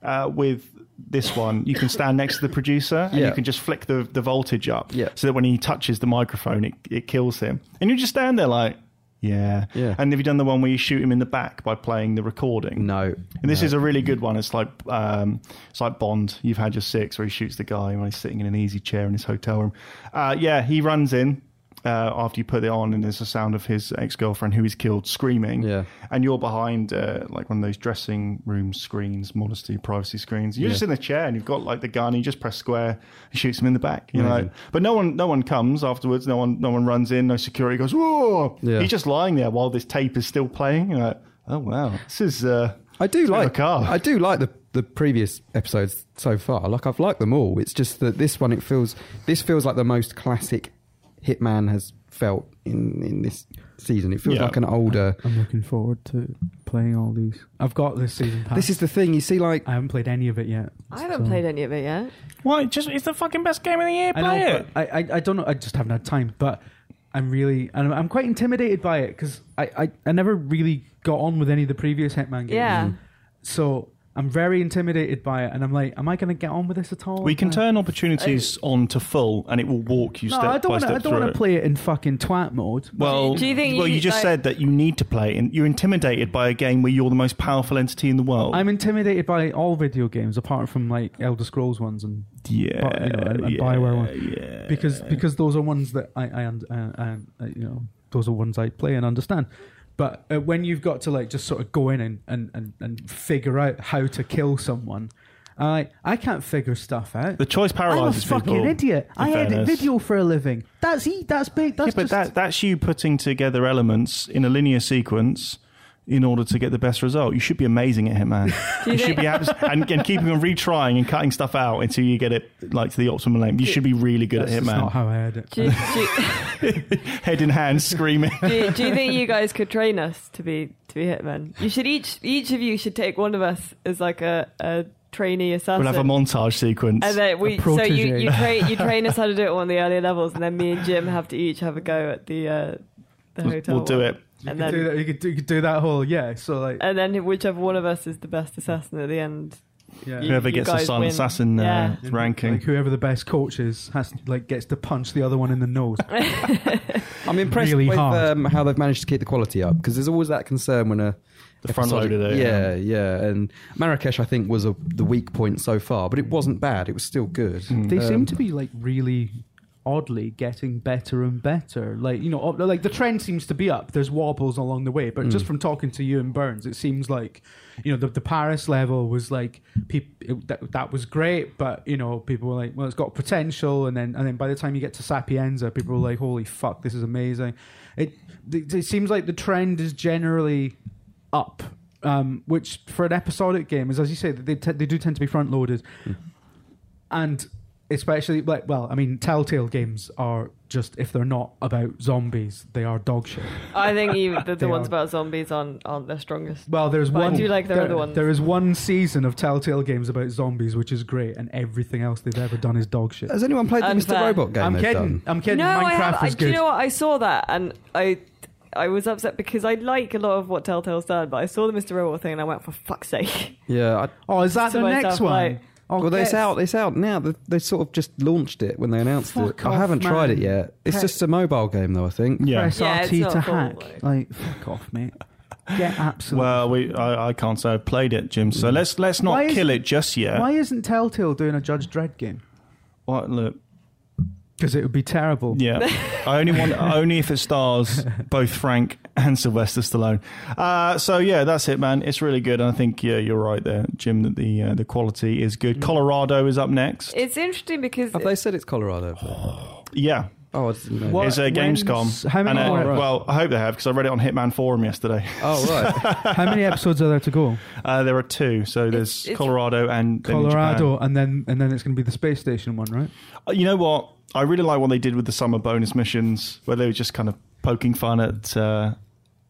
uh, with this one, you can stand next to the producer and
Yeah.
you can just flick the, the voltage up,
Yeah.
so that when he touches the microphone, it, it kills him. And you just stand there like, yeah.
Yeah.
And have you done the one where you shoot him in the back by playing the recording?
no.
And this is a really good one. It's like um, it's like Bond. You've had your six, where he shoots the guy when he's sitting in an easy chair in his hotel room. Uh, yeah, he runs in uh, after you put it on, and there's the sound of his ex girlfriend who is killed screaming.
Yeah.
and you're behind uh, like one of those dressing room screens, modesty, privacy screens. You're just in a chair, and you've got like the gun. And you just press square, and shoots him in the back. You know,
Amazing.
but no one, no one comes afterwards. No one, no one runs in. No security goes. Whoa!
Yeah.
He's just lying there while this tape is still playing. You're like, oh wow, this is. Uh,
I do
it's a bit of a
like
car.
I do like the the previous episodes so far. Like I've liked them all. It's just that this one it feels this feels like the most classic Hitman has felt in in this season. It feels
Yeah. Uh-huh.
like an older.
I'm looking forward to playing all these. I've got this season pass.
This is the thing you see like
I haven't played any of it yet.
I haven't
so-
played any of it yet.
Why? Just it's the fucking best game of the year.
I know, but I, I, I don't know. I just haven't had time. But I'm really, and I'm, I'm quite intimidated by it because I, I, I never really got on with any of the previous Hitman games.
Yeah. Mhm.
So I'm very intimidated by it, and I'm like, am I going to get on with this at all?
We can
Like-
turn opportunities on to full, and it will walk you
No,
step
I don't
by
want to.
step
I don't
through
want
it.
to play it in fucking twat mode.
Well,
Do you think
well,
you-
you, just
like-
said that you need to play, and you're intimidated by a game where you're the most powerful entity in the world.
I'm intimidated by all video games apart from like Elder Scrolls ones and
yeah,
Bi- you know, and- and
yeah,
Bioware one.
yeah.
because because those are ones that I, I, und- I, I you know those are ones I play and understand. But uh, when you've got to like just sort of go in and, and, and, and figure out how to kill someone, I I can't figure stuff out.
the choice
I'm a
paralyzes
fucking
people,
idiot.
in
I edit
fairness.
video for a living. That's e- that's big. That's
Yeah, but
just
that, that's you putting together elements in a linear sequence in order to get the best result. You should be amazing at Hitman. you should be abs- and, and keeping on retrying and cutting stuff out until you get it like to the optimum length. You should be really good
that's
at
just not
Hitman.
how I edit.
Do you, do, you,
Head in hand, screaming.
do, you, do you think you guys could train us to be to be hitmen? You should each each of you should take one of us as like a, a trainee assassin.
We'll have a montage sequence.
and then we, so
protege.
you, you train you train us how to do it on the earlier levels, and then me and Jim have to each have a go at the uh, the
We'll,
hotel.
we'll do
one.
it.
You
And
could, do
then Uh,
that, you, could do, you could do that whole yeah. So like
and then whichever one of us is the best assassin at the end
Yeah.
Whoever
you
gets the
guys
silent
win.
assassin uh,
Yeah.
ranking.
Like whoever the best coach is has like gets to punch the other one in the nose.
I'm impressed
Really
with
hard.
um, how they've managed to keep the quality up because there's always that concern when a
The front
episodic-
loader there,
Yeah, yeah, And Marrakesh, I think, was a, the weak point so far, but it wasn't bad. It was still good.
Hmm.
Um,
they seem to be like really oddly getting better and better. Like you know, ob- like the trend seems to be up. There's wobbles along the way, but just from talking to you and Burns, it seems like you know the, the Paris level was like peop- it, that that was great, but you know people were like, well, it's got potential, and then and then by the time you get to Sapienza, people were like, holy fuck, this is amazing. It it, it seems like the trend is generally up. Um, which for an episodic game is, as you say, they, t- they do tend to be front loaded and especially like well i mean telltale games are just if they're not about zombies they are dog shit
I think you, the,
They
the ones
are.
about zombies aren't, aren't the strongest.
well there's
But I
one
do like their
there-
other ones.
there is one season of telltale games about zombies which is great and everything else they've ever done is dog shit
Has anyone played the Mr.
Unfair.
Robot game?
i'm
they've
kidding
done?
i'm kidding
no,
minecraft
I have. I,
is
do
good
you know what? I saw that and I, I was upset because I like a lot of what Telltale's done, but I saw the Mr. Robot thing and I went, for fuck's sake.
Yeah. I,
oh is that
So
the
I
next
felt
one
like-
oh,
well,
yes.
it's out. It's out now. They, they sort of just launched it when they announced
Fuck
it. I
off,
haven't tried
man.
it yet. It's
Hey.
just a mobile game, though. I think.
Yeah.
press
Yeah,
rt
it's not
to
cool,
hack
like-
like fuck off mate get absolutely
Well, we I, I can't say I've played it, Jim. So let's let's not
Why is-
kill it just yet.
why isn't telltale doing a judge dread game
Why- look,
because it would be terrible
yeah, I only want only if it stars both Frank and Sylvester Stallone. Uh, so yeah, that's it, man. It's really good, and I think yeah, you're right there, Jim. That the uh, the quality is
Mm.
good. Colorado is up next.
It's interesting because
Have they said it's Colorado?
Yeah,
Oh, I didn't know.
What?
it's a
When's-
Gamescom.
how many
And, uh,
more?
Well, I hope they have because I read it on Hitman Forum yesterday.
Oh, right.
how many episodes are there to go
Uh, there are two, so there's
it's-
Colorado and then Japan.
Colorado, and then and then it's going to be the space station one, right?
Uh, You know what? I really like what they did with the summer bonus missions, where they were just kind of poking fun at, uh,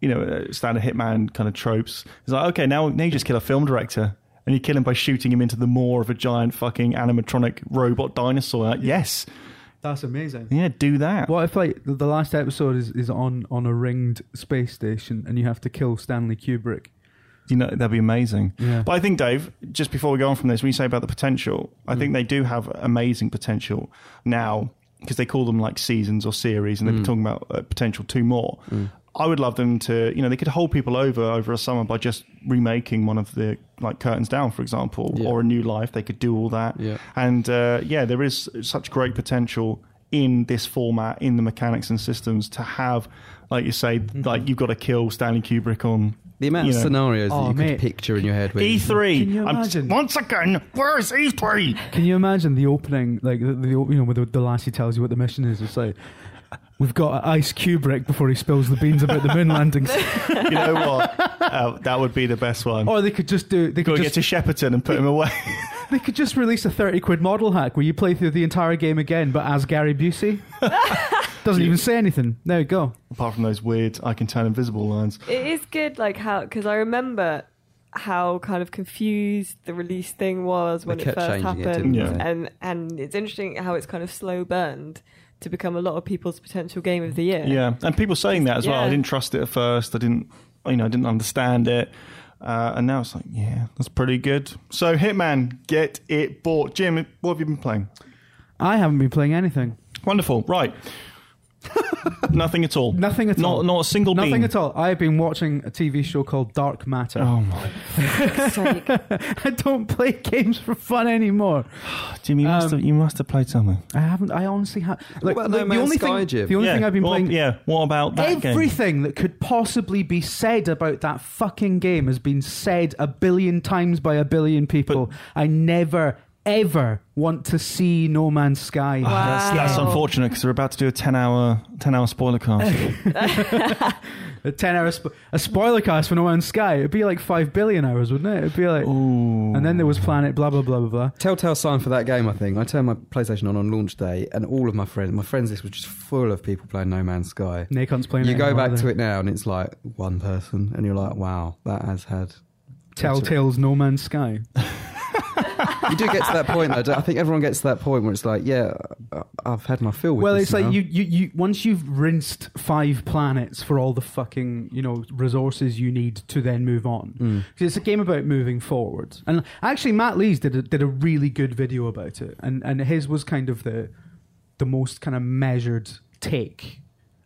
you know, uh, standard hitman kind of tropes. It's like, okay, now, now you just kill a film director, and you kill him by shooting him into the maw of a giant fucking animatronic robot dinosaur. Like, yes,
That's amazing.
yeah, do that.
What if like the the last episode is, is on on a ringed space station and you have to kill Stanley Kubrick?
You know, that'd be amazing.
Yeah.
But I think, Dave, just before we go on from this, when you say about the potential, I
Mm.
think they do have amazing potential now because they call them like seasons or series, and they've
Mm.
been talking about uh, potential two more. I would love them to, you know, they could hold people over over a summer by just remaking one of the like Curtains Down, for example,
Yeah.
or A New Life. They could do all that.
Yeah.
And uh, yeah, there is such great potential in this format, in the mechanics and systems, to have, like you say,
Mm-hmm.
like you've got to kill Stanley Kubrick on
The amount
you
of
know.
scenarios
Oh,
that you
mate. E
could picture in your head. when you-
E3.
Can you
E I'm-
imagine?
once again, where's E E3?
Can you imagine the opening like the, the op- you know where the, the lassie tells you what the mission is? It's like we've got to ice Kubrick before he spills the beans about the moon landings,
you know what? Uh, that would be the best one.
or they could just do they
Go
could
get
just,
to Shepperton and put him away.
they could just release a thirty quid model hack where you play through the entire game again, but as Gary Busey. Doesn't even say anything. There you go.
Apart from those weird, I can turn invisible lines.
it is good, like how because I remember how kind of confused the release thing was when
They
it
kept
first
changing it,
happened,
didn't
they?
and and it's interesting how it's kind of slow burned to become a lot of people's potential game of the year.
Yeah, and people saying that as well. I
Yeah.
didn't trust it at first. I didn't, you know, I didn't understand it. Uh, and now it's like, yeah, that's pretty good. So Hitman, get it bought. Jim, what have you been playing?
I haven't been playing anything.
Wonderful, right? Nothing at all.
Nothing at all.
Not not a single
Nothing
bean.
at all. I have been watching a TV show called Dark Matter.
Oh my,
Sake.
I don't play games for fun anymore.
Jim, you must
Um,
have you must have played something.
I haven't. I honestly have. Like,
about
the,
No
the
Man's
only
Sky,
thing,
Jim?
the only
yeah.
thing I've been
what,
playing.
Yeah. What about that game?
Everything that could possibly be said about that fucking game has been said a billion times by a billion people. I never, ever want to see No Man's Sky.
Wow.
That's, Ah, that's
Wow.
unfortunate because we're about to do a 10 hour 10 hour spoiler cast.
A ten hour spo- a spoiler cast for No Man's Sky. It'd be like five billion hours, wouldn't it? It'd be like.
Ooh.
And then there was Planet blah blah blah blah blah.
Telltale sign for that game, I think. I turned my PlayStation on on launch day, and all of my friends, my friends list was just full of people playing No Man's Sky.
Nacon's playing.
You
it
go
anymore,
back
are they?
to it now, and it's like one person, and you're like, wow, that has had.
Telltale's No Man's Sky.
you do get to that point though. don't- I think everyone gets to that point where it's like, yeah, I- I've had my fill with.
well,
this
it's like
now.
you, you, you once you've rinsed five planets for all the fucking you know resources you need to then move on.
Mm.
'Cause It's a game about moving forward. And actually, Matt Lees did a, did a really good video about it, and and his was kind of the the most kind of measured take.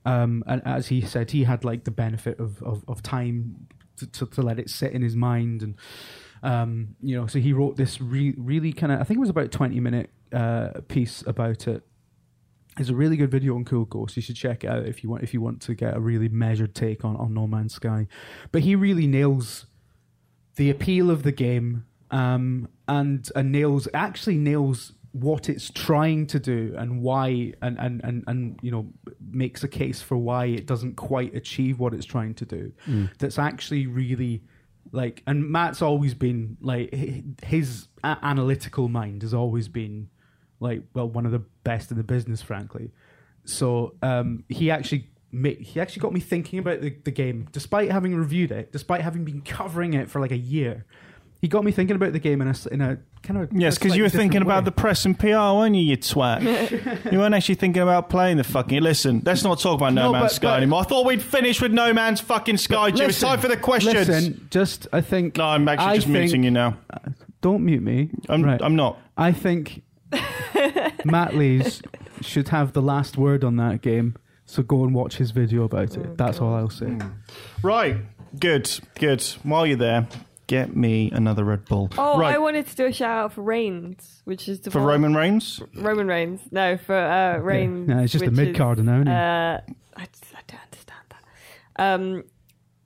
Um, and as he said, he had like the benefit of of, of time to, to, to let it sit in his mind and um, you know, so he wrote this re- really kind of, I think it was about a 20 minute uh, piece about it. It's a really good video on Cool Ghost. You should check it out if you want, if you want to get a really measured take on, on No Man's Sky. But he really nails the appeal of the game um, and, and nails, actually nails what it's trying to do and why, and, and, and, and, you know, makes a case for why it doesn't quite achieve what it's trying to do. That's actually really like and matt's always been like h- his a- analytical mind has always been like well one of the best in the business frankly so um he actually ma- he actually got me thinking about the, the game despite having reviewed it despite having been covering it for like a year he got me thinking about the game in a, s- in a kind of
Yes,
a
because you were
slightly
thinking
different
about
way.
the press and PR, weren't you, you twat? you weren't actually thinking about playing the fucking. Listen, let's not talk about No,
No,
Man's
but-
Sky
but-
anymore. I thought we'd finish with No Man's fucking Sky, Jim. it's
Listen,
time for the questions.
listen, just i think
No, I'm actually
I
just
think-
muting you now.
don't mute me
I'm,
right.
I'm not.
I think Matt Lees should have the last word on that game. So go and watch his video about
Oh,
it. That's all I'll
Mm.
say.
Right. Good. Good. While you're there, get me another Red Bull.
Oh,
right.
I wanted to do a shout out for Reigns, which is
for
tomorrow.
Roman Reigns?
Roman Reigns. No, for uh, Reigns.
No, it's just a
which
mid-carder now,
Is,
isn't it?
uh, I, just- I don't understand that. Um,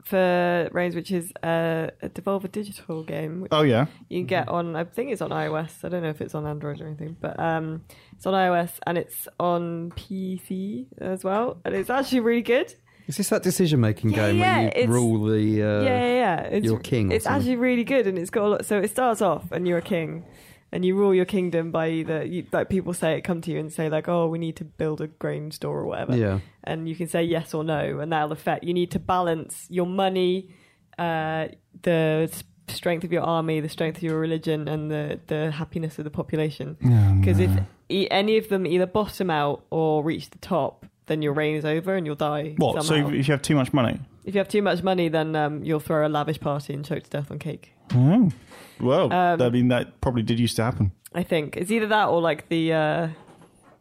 for Reigns, which is uh, a Devolver Digital game, which
Oh, yeah.
you can get on. I think it's on iOS. I don't know if it's on Android or anything, but um, it's on iOS and it's on PC as well, and it's actually really good.
Is this that decision making
Yeah,
game
yeah,
where you
it's-
rule the? Uh,
yeah, yeah, yeah. It's,
you're king or
It's
something.
actually really good, and it's got a lot. So it starts off, and you're a king, and you rule your kingdom by either you, like people say it come to you and say like, oh, we need to build a grain store or whatever,
Yeah.
and you can say yes or no, and that'll affect. You need to balance your money, uh, the s- strength of your army, the strength of your religion, and the the happiness of the population. Because
Mm.
if e- any of them either bottom out or reach the top. Then your reign is over and you'll die.
What? So
somehow.
if you have too much money?
If you have too much money, then um, you'll throw a lavish party and choke to death on cake.
Oh. Well,
Um,
I mean, that probably did used to happen.
I think it's either that or like the uh,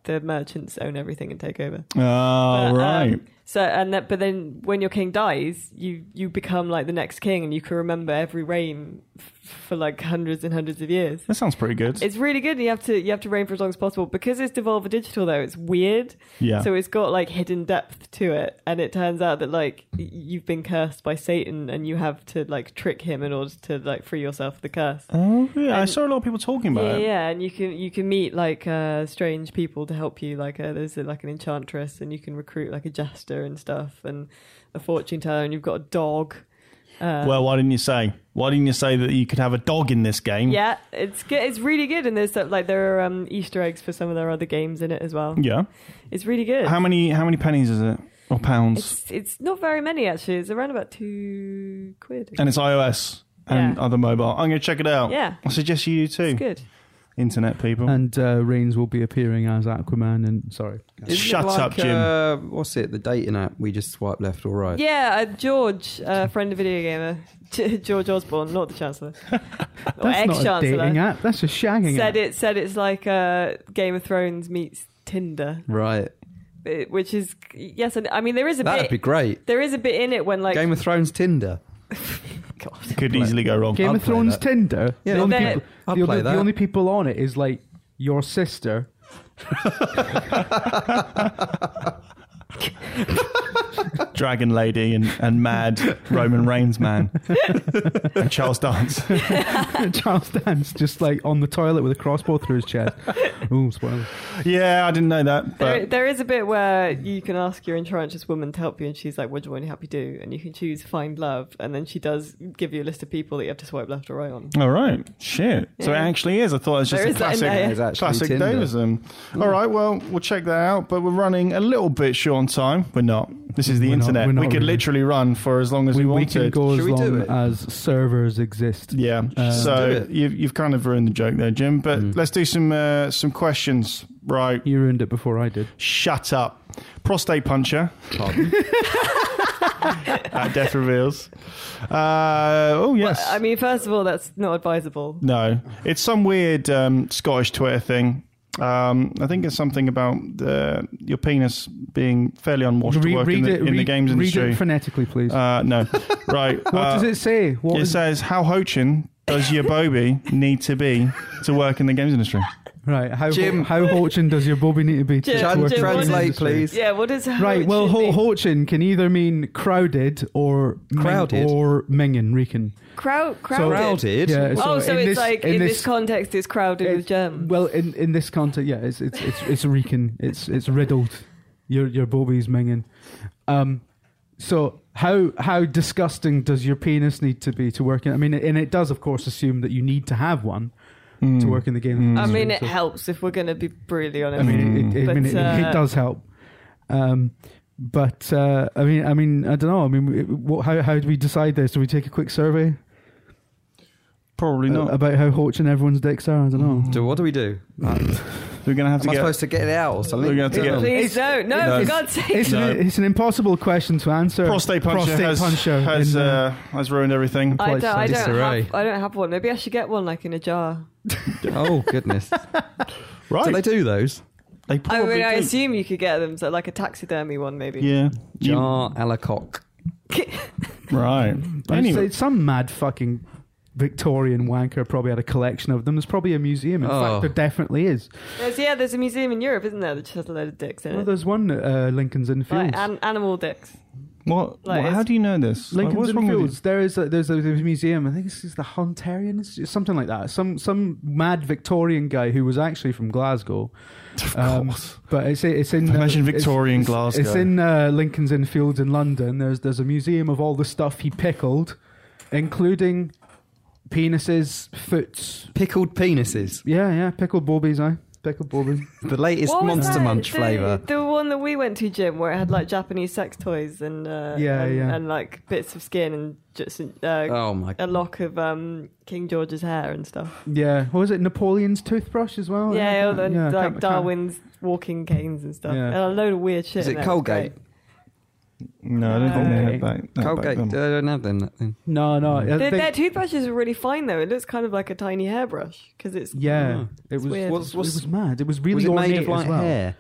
the merchants own everything and take over.
Oh,
But, um,
right.
so and that, but then when your king dies, you you become like the next king, and you can remember every reign f- for like hundreds and hundreds of years.
that sounds pretty good.
It's really good. and You have to you have to reign for as long as possible because it's Devolver Digital though. It's weird.
Yeah.
So it's got like hidden depth to it, and it turns out that like y- you've been cursed by Satan, and you have to like trick him in order to like free yourself of the curse.
Oh, yeah. I
and-
saw a lot of people talking about
Yeah,
it.
yeah, and you can you can meet like uh, strange people to help you. Like uh, there's uh, like an enchantress, and you can recruit like a jester and stuff, and a fortune teller, and you've got a dog. Uh,
Well, why didn't you say? Why didn't you say that you could have a dog in this game?
yeah, it's good. It's really good, and there's uh, like there are um, Easter eggs for some of their other games in it as well.
Yeah.
It's really good.
How many? How many pennies is it? Or pounds?
It's it's not very many actually. It's around about two quid.
and it's iOS and
Yeah.
other mobile. I'm going to check it out.
Yeah.
I suggest you do too.
it's good.
Internet people.
And uh, Reigns will be appearing as Aquaman. And sorry,
Isn't it
Shut
like,
up, Jim.
Uh, what's it? The dating app? We just swipe left or right.
Yeah, uh, George, uh, friend of video gamer, G- George Osborne, not the Chancellor, or
that's
ex
not a dating
Chancellor,
app. That's a shagging
said
app.
it said it's like uh, Game of Thrones meets Tinder,
Right.
uh, which is yes, and I mean there is a
That'd
bit.
be great.
there is a bit in it when like
Game of Thrones Tinder.
God.
Could easily go wrong.
Game
I'd
of
play
Thrones
that.
Tinder. the,
Yeah,
I'd
only
play-
people,
I'd
the,
play
only- the
that.
only people on it is like your sister.
Dragon Lady and, and Mad Roman Reigns Man and Charles Dance.
Charles Dance just like on the toilet with a crossbow through his chest. Ooh, spoiler.
Yeah, I didn't know that.
There,
But
there is a bit where you can ask your enchantress woman to help you, and she's like, "What do you want to help you do?" And you can choose find love, and then she does give you a list of people that you have to swipe left or right on.
all right, shit. So it
Yeah.
actually is. I thought it was just
There
a
is that in
classic,
there, yeah.
There's actually
classic
Tinder.
Davism. All right, well we'll check that out. But we're running a little bit short on time. We're not. This is the
We're not-
internet.
we're not
we could
really-
literally run for as long as we,
we, we
wanted.
can go as
Should we do
long
it?
as servers exist.
Yeah.
Uh,
do
so
it.
you've, you've kind of ruined the joke there, Jim. But
Mm.
let's do some uh, some questions. Right.
You ruined it before I did.
Shut up. Prostate puncher
Pardon.
at death reveals. Uh, oh yes.
I mean, first of all, that's not advisable.
no, it's some weird um, Scottish Twitter thing. Um, I think it's something about uh, your penis being fairly unwashed to
Re-
work in, the, in the
read-
games
read
industry.
it phonetically, please.
uh, no, right. uh,
what does it say? What
It
is,
says how hochin does your Bobby need to be to work in the games industry?
right? How
Jim.
how hochin does your bobby need to be? To
Jim,
to work in the
translate,
industry?
please.
Yeah, what is
Right. Well, ho-
hochin mean?
hochin can either mean crowded or ming-
Crowded?
or mingin rican.
Crowd,
So-
crowded.
Crowded.
Yeah, so
oh, so
in
it's
this-
like
in
in this,
this-
context, it's crowded
It-
with germs.
Well, in, in this context, yeah, it's it's it's, it's reeking. It's it's riddled. Your your bobby's minging. Um, so how how disgusting does your penis need to be to work in? I mean, and it does, of course, assume that you need to have one
Mm.
to
Hmm.
work in the game.
I mean, it
industry, so-
helps if we're going to be brutally honest.
Mm. I mean, it, it, I
But,
mean, it,
uh,
it does help. Um, but uh, I mean, I mean, I don't know. I mean, it- what, how how do we decide this? Do we take a quick survey
Probably not.
Uh, about how hotch and everyone's dicks are? I don't know.
So what do we do?
we're gonna have Uh, to
Am I
get.
supposed to get it out or something?
We're gonna have to get-
please don't. No,
it's-
for God's sake.
Um, It's,
No.
an, it's an impossible question to answer.
Prostate puncher
Prostate
has
puncher
has,
in,
uh, has ruined everything.
I don't, I,
so.
don't
Disarray.
have, I don't have one. Maybe I should get one, like in a jar.
oh goodness!
right?
Do they do those?
They
I
probably
mean, I
do.
assume you could get them, so like a taxidermy one, maybe.
Yeah. You-
Jar a la cock.
right.
I'd
Anyway,
say some mad fucking Victorian wanker probably had a collection of them. There's probably a museum. In
Oh.
fact, there definitely is.
There's, yeah, there's a museum in Europe, isn't there, that just has a load of dicks in
Well,
it.
there's one at uh, Lincoln's Inn Fields.
Like an, animal dicks.
what,
Like,
what- How
it's-
do you know this? Like,
Lincoln's
what's wrong
Inn
with you?
Fields. There is a, there's, a, there's a museum. I think it's, it's the Hunterian, Institute, something like that. Some some mad Victorian guy who was actually from Glasgow.
Of
Um,
course.
But it's it's in uh,
Imagine
it's-
Victorian
it's,
Glasgow.
It's in uh, Lincoln's Inn Fields in London. There's there's a museum of all the stuff he pickled, including penises, foots.
Pickled penises.
Yeah, yeah, pickled bobbies. I pickled bobbies.
The latest
What was
Monster
that?
Munch
the,
flavour.
The one that we went to, Jim, where it had like Japanese sex toys and uh,
Yeah,
and,
yeah.
and like bits of skin and just uh,
Oh my!
a lock of um, King George's hair and stuff.
Yeah, what was it? Napoleon's toothbrush as well.
yeah, all the,
yeah, Oh, I can't- I
like
can't-
Darwin's walking canes and stuff.
Yeah.
And a load of weird shit.
Is
in
it
there.
Colgate?
No, I don't think they
Uh,
had back. that back
Colgate. uh, I
then.
don't have them. that thing.
No, no. I
Their,
think-
their toothbrushes are really fine though. It looks kind of like a tiny hairbrush because it's
yeah,
Oh,
it was.
weird.
What's-
It
what's-
was mad. It was really
was it
ornate
made of like
as well.
hair?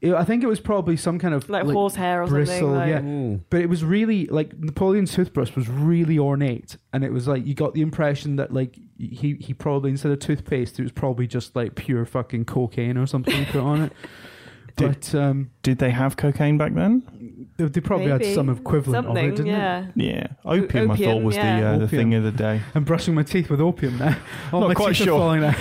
It- I think it was probably some kind of
like, horse hair or
bristle,
something. Like,
yeah.
Ooh.
But it was really like Napoleon's toothbrush was really ornate, and it was like you got the impression that like he he probably instead of toothpaste, it was probably just like pure fucking cocaine or something he put on it. But um,
Did they have cocaine back then?
they, they probably
Maybe.
had some equivalent
something,
of it, didn't they?
yeah.
Yeah, opium. I thought
opium,
was the
yeah.
uh, the
Opium.
thing of the day.
I'm brushing my teeth with opium now. Oh,
Not
my
quite
teeth
sure.
are falling out.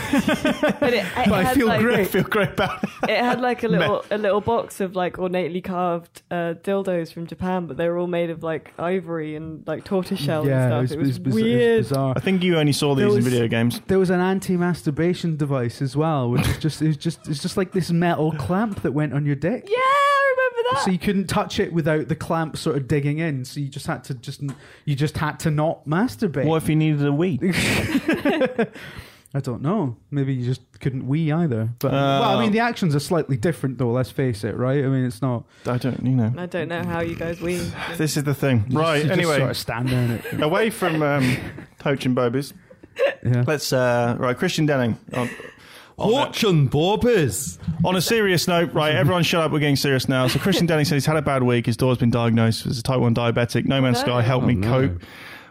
But it, it
But I
had
feel
like,
I
great.
feel great about it.
It had like a little a little box of like ornately carved uh, dildos from Japan, but they were all made of like ivory and like tortoise shell
yeah,
and stuff. It was,
biz-
weird.
bizarre.
I think you only saw
There
these in
was-
video games.
There was an anti-masturbation device as well, which is just it's just it's just like this metal clamp that went on your dick.
yeah, I remember that.
so you couldn't touch it without the clamp sort of digging in so you just had to just you just had to not masturbate
What if you needed a wee?
i don't know maybe you just couldn't wee either but
Uh,
well i mean the actions are slightly different though let's face it right i mean it's not
I don't, you know.
I don't know how you guys win.
This is the thing, right?
you just
Anyway,
sort of stand there and it,
away from um, Hoach and Bobies.
yeah
Let's uh, right, Christian Denning. On, on, a,
Fortune Bobbers.
on a serious note, right? Everyone, shut up. We're getting serious now. So Christian Denning says he's had a bad week. His daughter's been diagnosed as a type one diabetic. No Man's
No.
Sky helped
Oh,
me
no.
cope.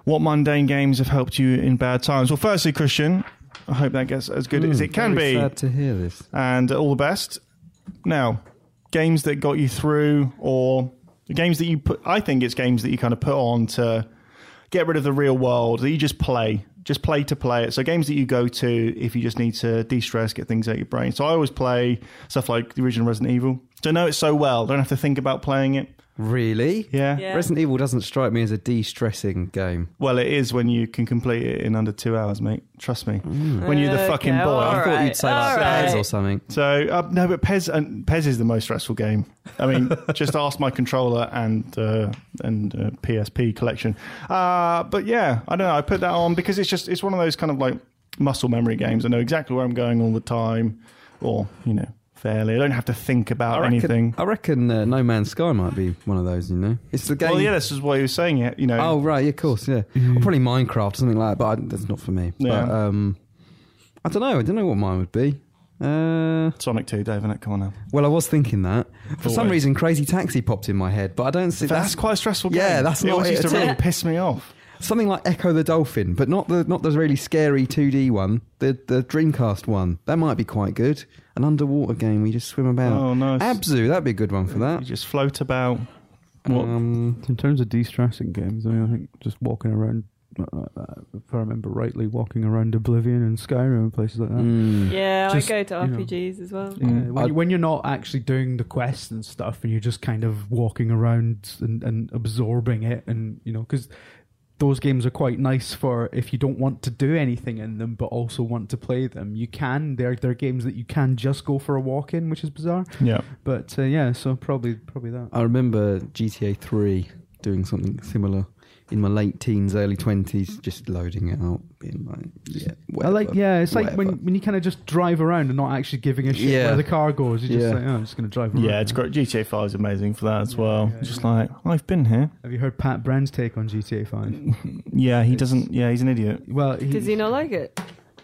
What mundane games have helped you in bad times? Well, firstly, Christian, I hope that gets as good as it can be,
Hmm. Sad to hear this.
and all the best. Now, games that got you through, or games that you put. I think it's games that you kind of put on to get rid of the real world that you just play just play to play it so games that you go to if you just need to de-stress get things out of your brain so i always play stuff like the original resident evil so i know it so well don't have to think about playing it
Really?
Yeah.
Yeah.
Resident Evil doesn't strike me as a de-stressing game.
Well, it is when you can complete it in under two hours, mate. Trust me. When you're the
Okay,
fucking boy.
all
I thought you'd say like
right.
Pez or something.
So uh, no, but Pez and Pez is the most stressful game. I mean, just ask my controller and uh, and uh, PSP collection. Uh, but yeah, I don't know. I put that on because it's just it's one of those kind of like muscle memory games. I know exactly where I'm going all the time, or you know, fairly. I don't have to think about
reckon,
anything.
I reckon uh, No Man's Sky might be one of those. You know, it's the game.
Well, yeah, this is what he was saying. Yeah, you know.
Oh right, yeah, of course, yeah. Or probably Minecraft or something like that, but I, that's not for me.
Mm-hmm. Yeah.
But, um, I don't know. I don't know what mine would be. Uh,
Sonic 2, Dave, innit? Come on now.
well, I was thinking that. For some
Always.
reason, Crazy Taxi popped in my head, but I don't see
That's, quite a stressful game.
Yeah, that's
it
not
always
it
used to
at all.
really piss me off.
something like Echo the Dolphin, but not the not the really scary 2D one, the the Dreamcast one. That might be quite good. An underwater game where you just swim about.
Oh, nice.
Abzu, that'd be a good one for
You
that.
just float about. What?
Um,
In terms of de-stressing games, I mean, I think just walking around, uh, uh, if I remember rightly, walking around Oblivion and Skyrim and places like that.
mm.
Yeah,
Just,
I go to
you know.
RPGs as well.
Yeah,
Mm.
Uh, when,
I-
you, when you're not actually doing the quests and stuff, and you're just kind of walking around and, and absorbing it, and you know, because those games are quite nice for if you don't want to do anything in them, but also want to play them. You can. They're they're games that you can just go for a walk in, which is bizarre.
Yeah.
But uh, yeah, so probably probably that.
I remember GTA 3 doing something similar in my late teens, early 20s, just loading it up. Being like, yeah, whatever,
I like yeah, it's like
whatever.
when when you kind of just drive around and not actually giving a shit
Yeah.
where the car goes. You're just
Yeah.
like, oh, I'm just gonna drive around.
Yeah, it's great. GTA 5 is amazing for that as well.
yeah,
just
yeah.
like, I've been here.
Have you heard Pat Brand's take on GTA Five?
Yeah, he
It's-
doesn't. Yeah, he's an idiot.
Well, he,
Does he not like it?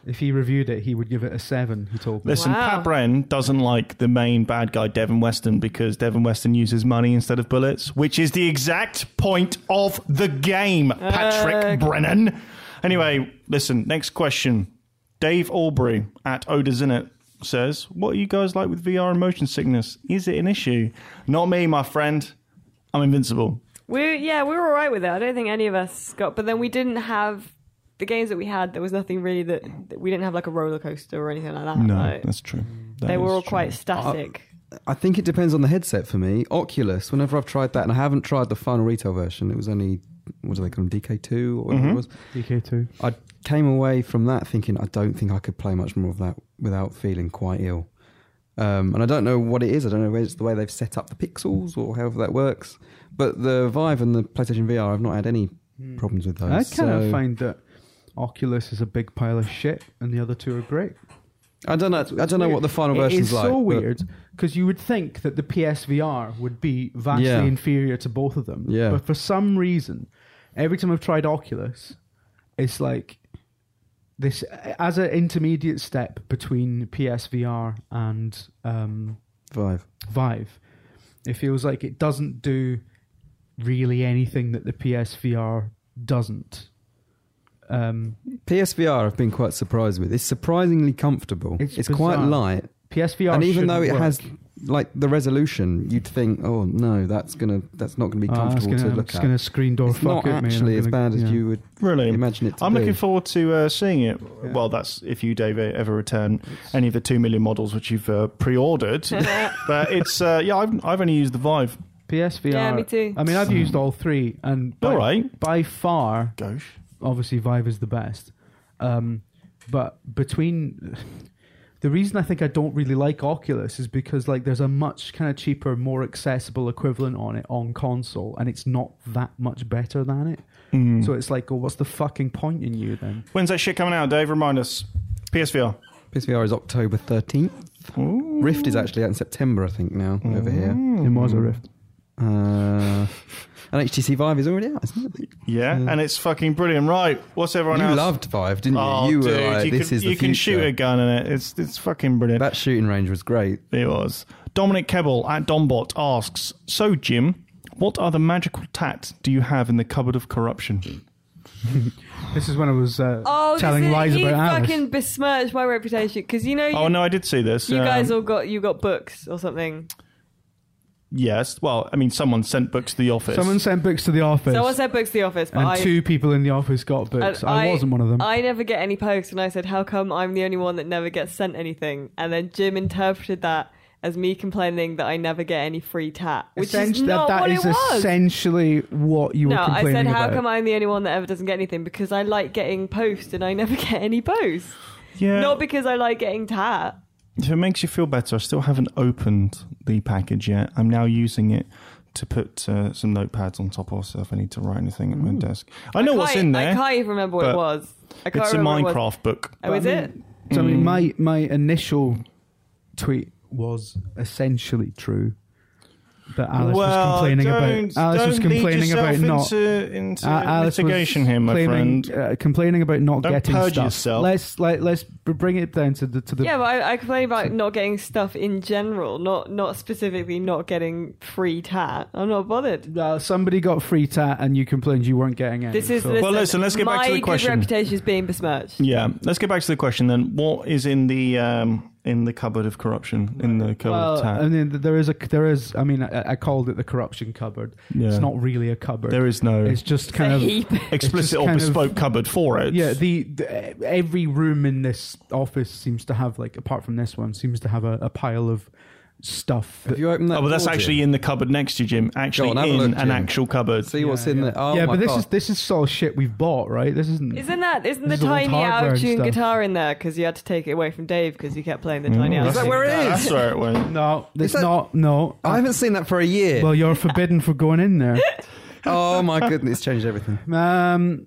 If he reviewed it, he would give it a seven. He told me.
Listen,
Wow.
Pat Bren doesn't like the main bad guy, Devon Weston, because Devon Weston uses money instead of bullets, which is the exact point of the game,
Uh,
Patrick Brennan. Anyway, listen, next question. Dave Albury at Oda's Innit says, What are you guys like with VR and motion sickness? Is it an issue? Not me, my friend. I'm invincible.
We yeah, we were all right with it. I don't think any of us got, but then we didn't have the games that we had. There was nothing really that, that we didn't have like a roller coaster or anything like that. like,
that's true.
they were all quite static.
I think it depends on the headset for me. Oculus, whenever I've tried that, and I haven't tried the final retail version, it was only, what do they call them, DK2 or whatever
Mm-hmm.
it was.
DK two.
I came away from that thinking I don't think I could play much more of that without feeling quite ill. Um, and I don't know what it is. I don't know whether it's the way they've set up the pixels or however that works. But the Vive and the PlayStation VR, I've not had any problems with those.
I kind of
Hmm. So-
find that Oculus is a big pile of shit, and the other two are great.
I don't know. I don't know what the final
It
version's
is
like. uh,
so
but-
weird because you would think that the PSVR would be vastly
Yeah.
inferior to both of them.
Yeah.
But for some reason, every time I've tried Oculus, it's like this as an intermediate step between PSVR and um,
Vive.
Vive. It feels like it doesn't do really anything that the PSVR doesn't. Um,
PSVR, I've been quite surprised with. It's surprisingly comfortable.
It's
It's, quite
bizarre.
light,
PSVR,
and even
shouldn't
though it
work.
has like the resolution, you'd think, oh no, that's gonna that's not gonna be
Oh, I was
comfortable
gonna-
to
I'm
look
just
at.
gonna screen door
it's
fuck
not
it, man. I'm
actually as
gonna-
bad as
yeah.
you would
Really?
imagine it to
I'm
be.
looking forward to uh, seeing it.
Yeah.
Well, that's if you, Dave, ever return any of the two million models which you've uh, pre-ordered.
Oh,
but it's uh, yeah, I've, I've only used the Vive.
PSVR.
Yeah, me too.
I mean,
Hmm.
I've used all three, and by,
All right.
by far,
Gosh,
obviously, Vive is the best. Um, but between the reason I think I don't really like Oculus is because like there's a much kind of cheaper, more accessible equivalent on it on console, and it's not that much better than it. So it's like, well, what's the fucking point in you then?
when's that shit coming out, Dave? Remind us. PSVR.
PSVR is October 13th. Rift is actually out in September, I think, now, over here.
It was a rift.
Uh, and HTC Vive is already out, isn't it?
Yeah, and it's fucking brilliant. Right, what's everyone
you
else?
loved Vive, didn't you?
Oh,
you were
dude,
like,
you
this
can,
is the
you
future.
can shoot a gun in it. It's it's fucking brilliant.
That shooting range was great.
It was. Dominic Kebble at Dombot asks, So, Jim, what other magical tat do you have in the cupboard of corruption?
This is when I was uh,
Oh, this
telling
is-
lies
he
about Alice.
fucking besmirched my reputation because you know you,
Oh, no, I did see this.
you guys
Um,
all got you got books or something.
Yes. Well, I mean, someone sent books to the office.
Someone sent books to the office.
So I said books to the office, but
and
I,
two people in the office got books.
and
I, wasn't one of them.
I never get any posts, and I said, "How come I'm the only one that never gets sent anything?" And then Jim interpreted that as me complaining that I never get any free tat, which is
Essentially,
not
that
what
is
it was.
essentially what you were
no, I
complaining
said, how
about.
come I'm the only one that ever doesn't get anything? Because I like getting post and I never get any post.
Yeah.
Not because I like getting tat.
if it makes you feel better, I still haven't opened the package yet. I'm now using it to put uh, some notepads on top of so if I need to write anything at my desk. I know what's
Can't- e-
in
I
there.
can't even remember what it
but
was. I can't
It's a
remember what it was.
Minecraft book.
Oh, is it?
So I
Mm.
mean, my my initial tweet was essentially true. That Alice
well,
was complaining
don't,
about. Alice was
don't lead
complaining
yourself
about not.
into, into
Uh, Alice was
litigation here, my
claiming-
friend.
uh, complaining about not
Don't
getting
purge
stuff.
yourself.
Let's like let's b- bring it down to the to the.
Yeah, but I, I complain about not getting stuff in general, not not specifically not getting free tat. I'm not bothered.
Well, Uh, somebody got free tat and you complained you weren't getting it.
This is
so-
listen,
Well, listen, let's get back to
my
the question.
Good reputation is being besmirched.
Yeah, let's get back to the question then. What is in the um, in the cupboard of corruption? In the cupboard
Well,
of tat?
I mean, there is a there is. I mean, I, I called it the corruption cupboard.
Yeah.
It's not really a cupboard.
there is no
It's just kind
a
of
heap.
explicit
just
or
kind of-
bespoke cupboard for it.
Yeah, the, the every room in this office seems to have like, apart from this one, seems to have a, a pile of stuff.
Have
That,
you opened that?
Oh, but that's
drawer, Jim?
actually in the cupboard next to you, Jim. Actually,
Go on, have a
in
look,
an
Jim.
actual cupboard.
See what's in there. Oh
yeah,
my
but this
God.
is this is all shit we've bought, right? This isn't.
Isn't that isn't the
This is all
tiny
hardware
out
and
of tune
stuff.
guitar in there because you had to take it away from Dave because you kept playing the tiny
Mm.
out?
Is that where it is?
That's where it went.
no, it's
that-
not. No, Um,
I haven't seen that for a year.
well, you're forbidden for going in there.
oh my goodness, changed everything.
Um,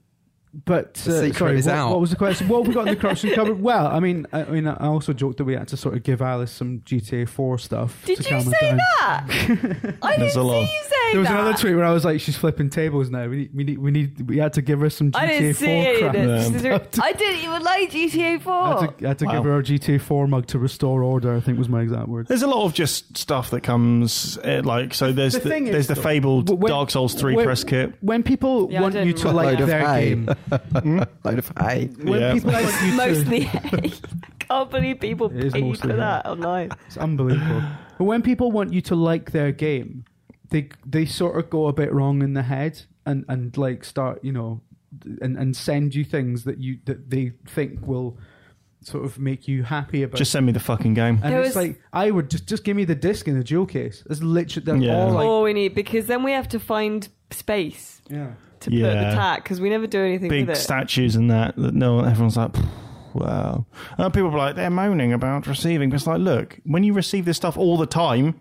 but
The
uh,
secret
sorry,
is
what,
out.
what was the question? What have we got in the corruption cupboard? Well, I mean, I, I mean, I also joked that we had to sort of give Alice some GTA Four stuff.
Did
to
you
calm her
say
down.
that? I didn't
There's a
see
lot.
you say
There was
that.
another tweet where I was like, "She's flipping tables now. We need, we need, we need. We had to give her some GTA
I didn't see
Four
any
crap.
of this.
Yeah.
Is there- I didn't even like GTA
I
4.
had to, I had to
Wow.
give her a GTA Four mug to restore order. I think was my exact word.
There's a lot of just stuff that comes uh, like so. There's the,
The thing is,
there's the
though,
fabled
but when-
Dark Souls three
when-
press kit.
When people
Yeah, I
want you
didn't
to
remember
like
that.
their
Load of
game,
Load of hay.
when
Yeah.
people want you to-
Mostly hate. I can't believe people
It is
paid
mostly
for
hate.
that online.
It's unbelievable. but when people want you to like their game, they they sort of go a bit wrong in the head and and like start you know and and send you things that you that they think will sort of make you happy about.
Just send me the fucking game.
and
There
it's
was-
like I would just just give me the disc in the jewel case. That's literally that's
Yeah.
all. I,
All Oh, we need because then we have to find space
yeah.
to put
Yeah.
the tack because we never do anything
Big
with it.
statues and that. That no, everyone's like. "Pff, Wow. And people are like, they're moaning about receiving. But it's like, look, when you receive this stuff all the time,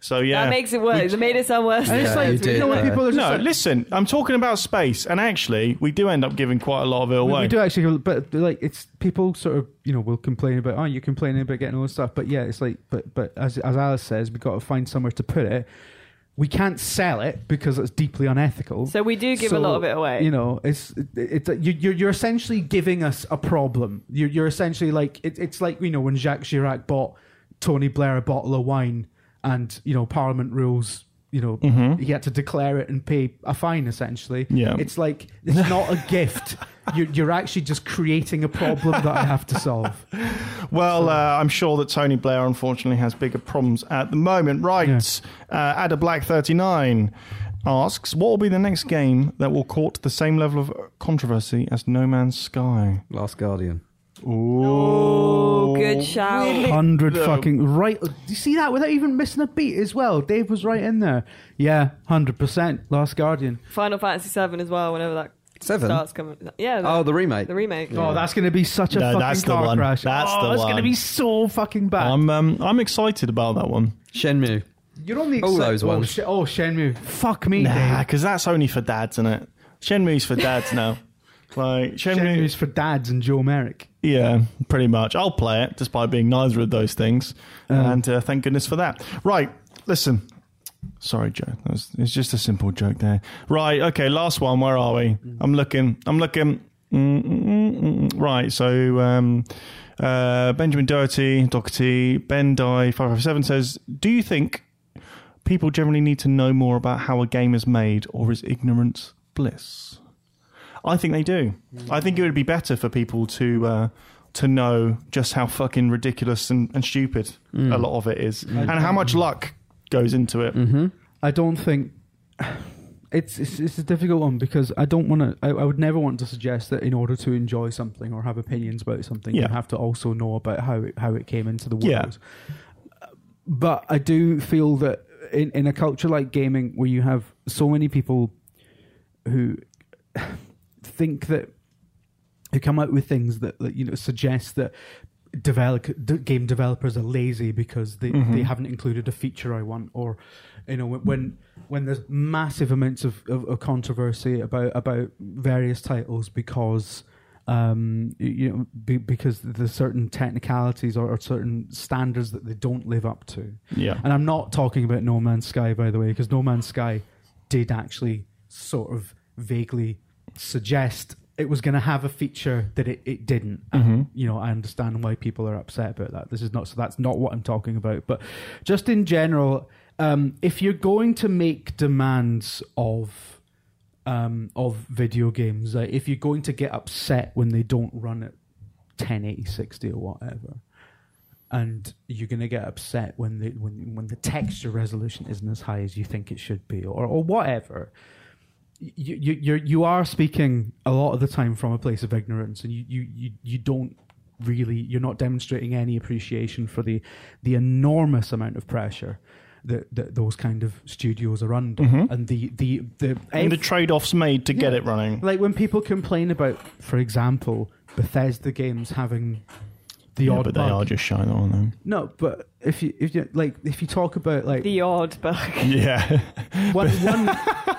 so yeah.
That makes it worse. It made it sound worse.
And
than
it's like
it
Yeah, you
is.
you
did
know
that.
when people are just
no,
like,
listen, I'm talking about space, and actually, we do end up giving quite a lot of it
We,
away.
we do actually, but like it's people sort of you know will complain about oh you're complaining about getting all this stuff, but yeah, it's like but but as as Alice says, we have got to find somewhere to put it. We can't sell it because it's deeply unethical.
So we do give a
So,
lot of it away.
You know, it's it's you- you're you're essentially giving us a problem. You're you're essentially like it, it's like you know when Jacques Chirac bought Tony Blair a bottle of wine, and you know Parliament rules. You know, he had to declare it and pay a fine. Essentially,
Mm-hmm. Yeah.
It's like it's not a gift. You're, you're actually just creating a problem that I have to solve.
Well, uh, I'm sure that Tony Blair unfortunately has bigger problems at the moment. Right, uh, Ada Black 39 asks, what will be the next game that will court the same level of controversy as No Man's Sky?
Last Guardian.
oh, good shout.
Hundred
No.
fucking right. Do you see that without even missing a beat as well? Dave was right in there. Yeah, hundred percent. Last Guardian.
Final Fantasy Seven as well. Whenever that
Seven?
starts coming, yeah.
Oh, the remake.
the remake.
Oh, that's going to be such a
No,
fucking
that's the
car
one.
crash.
That's
oh,
the
it's going
one.
to be so fucking bad.
I'm, um, I'm excited about that one.
Shenmue.
You're only
all
excited-
those
oh,
ones.
Sh- oh, Shenmue. Fuck me,
Nah,
Dave.
because that's only for dads, isn't it? Shenmue's for dads now. Like, Shenmue,
Shenmue's for dads and Joe Merrick.
Yeah, pretty much. I'll play it despite being neither of those things. and uh, thank goodness for that. Right, listen. Sorry, Joe. That was, it's just a simple joke there. Right, okay, last one. Where are we? I'm looking. I'm looking. Mm, mm, mm, mm, mm. Right, so um, uh, Benjamin Doherty, Doherty, Ben Die 557 says, Do you think people generally need to know more about how a game is made or is ignorance bliss? I think they do. I think it would be better for people to uh, to know just how fucking ridiculous and, and stupid a lot of it is, and how much luck goes into it.
Mm-hmm.
I don't think it's, it's it's a difficult one because I don't want to. I, I would never want to suggest that in order to enjoy something or have opinions about something,
Yeah.
you have to also know about how it, how it came into the world.
Yeah.
but I do feel that in, in a culture like gaming, where you have so many people who think that who come out with things that, that you know suggest that develop d- game developers are lazy because they, they haven't included a feature I want, or you know when- when when there's massive amounts of, of, of controversy about about various titles because um y- you know be, because there's certain technicalities or, or certain standards that they don't live up to
Yeah.
and i'm not talking about no man's sky by the way because no man's sky did actually sort of vaguely suggest it was going to have a feature that it, it didn't. And, you know, I understand why people are upset about that. This is not so that's not what I'm talking about. But just in general, um, if you're going to make demands of um, of video games, like if you're going to get upset when they don't run at 1080, 60 or whatever, and you're going to get upset when the when when the texture resolution isn't as high as you think it should be, or or whatever. You you you're, you are speaking a lot of the time from a place of ignorance, and you you you, you don't really you're not demonstrating any appreciation for the the enormous amount of pressure. That, that those kind of studios are under, and the the the,
Mm-hmm. And the trade-offs made to get
Yeah.
it running.
like when people complain about, for example, Bethesda games having the
Yeah,
odd
but they
bug.
are just shy though, aren't they?
No, but if you if you like if you talk about like
The odd bug.
Yeah.
one one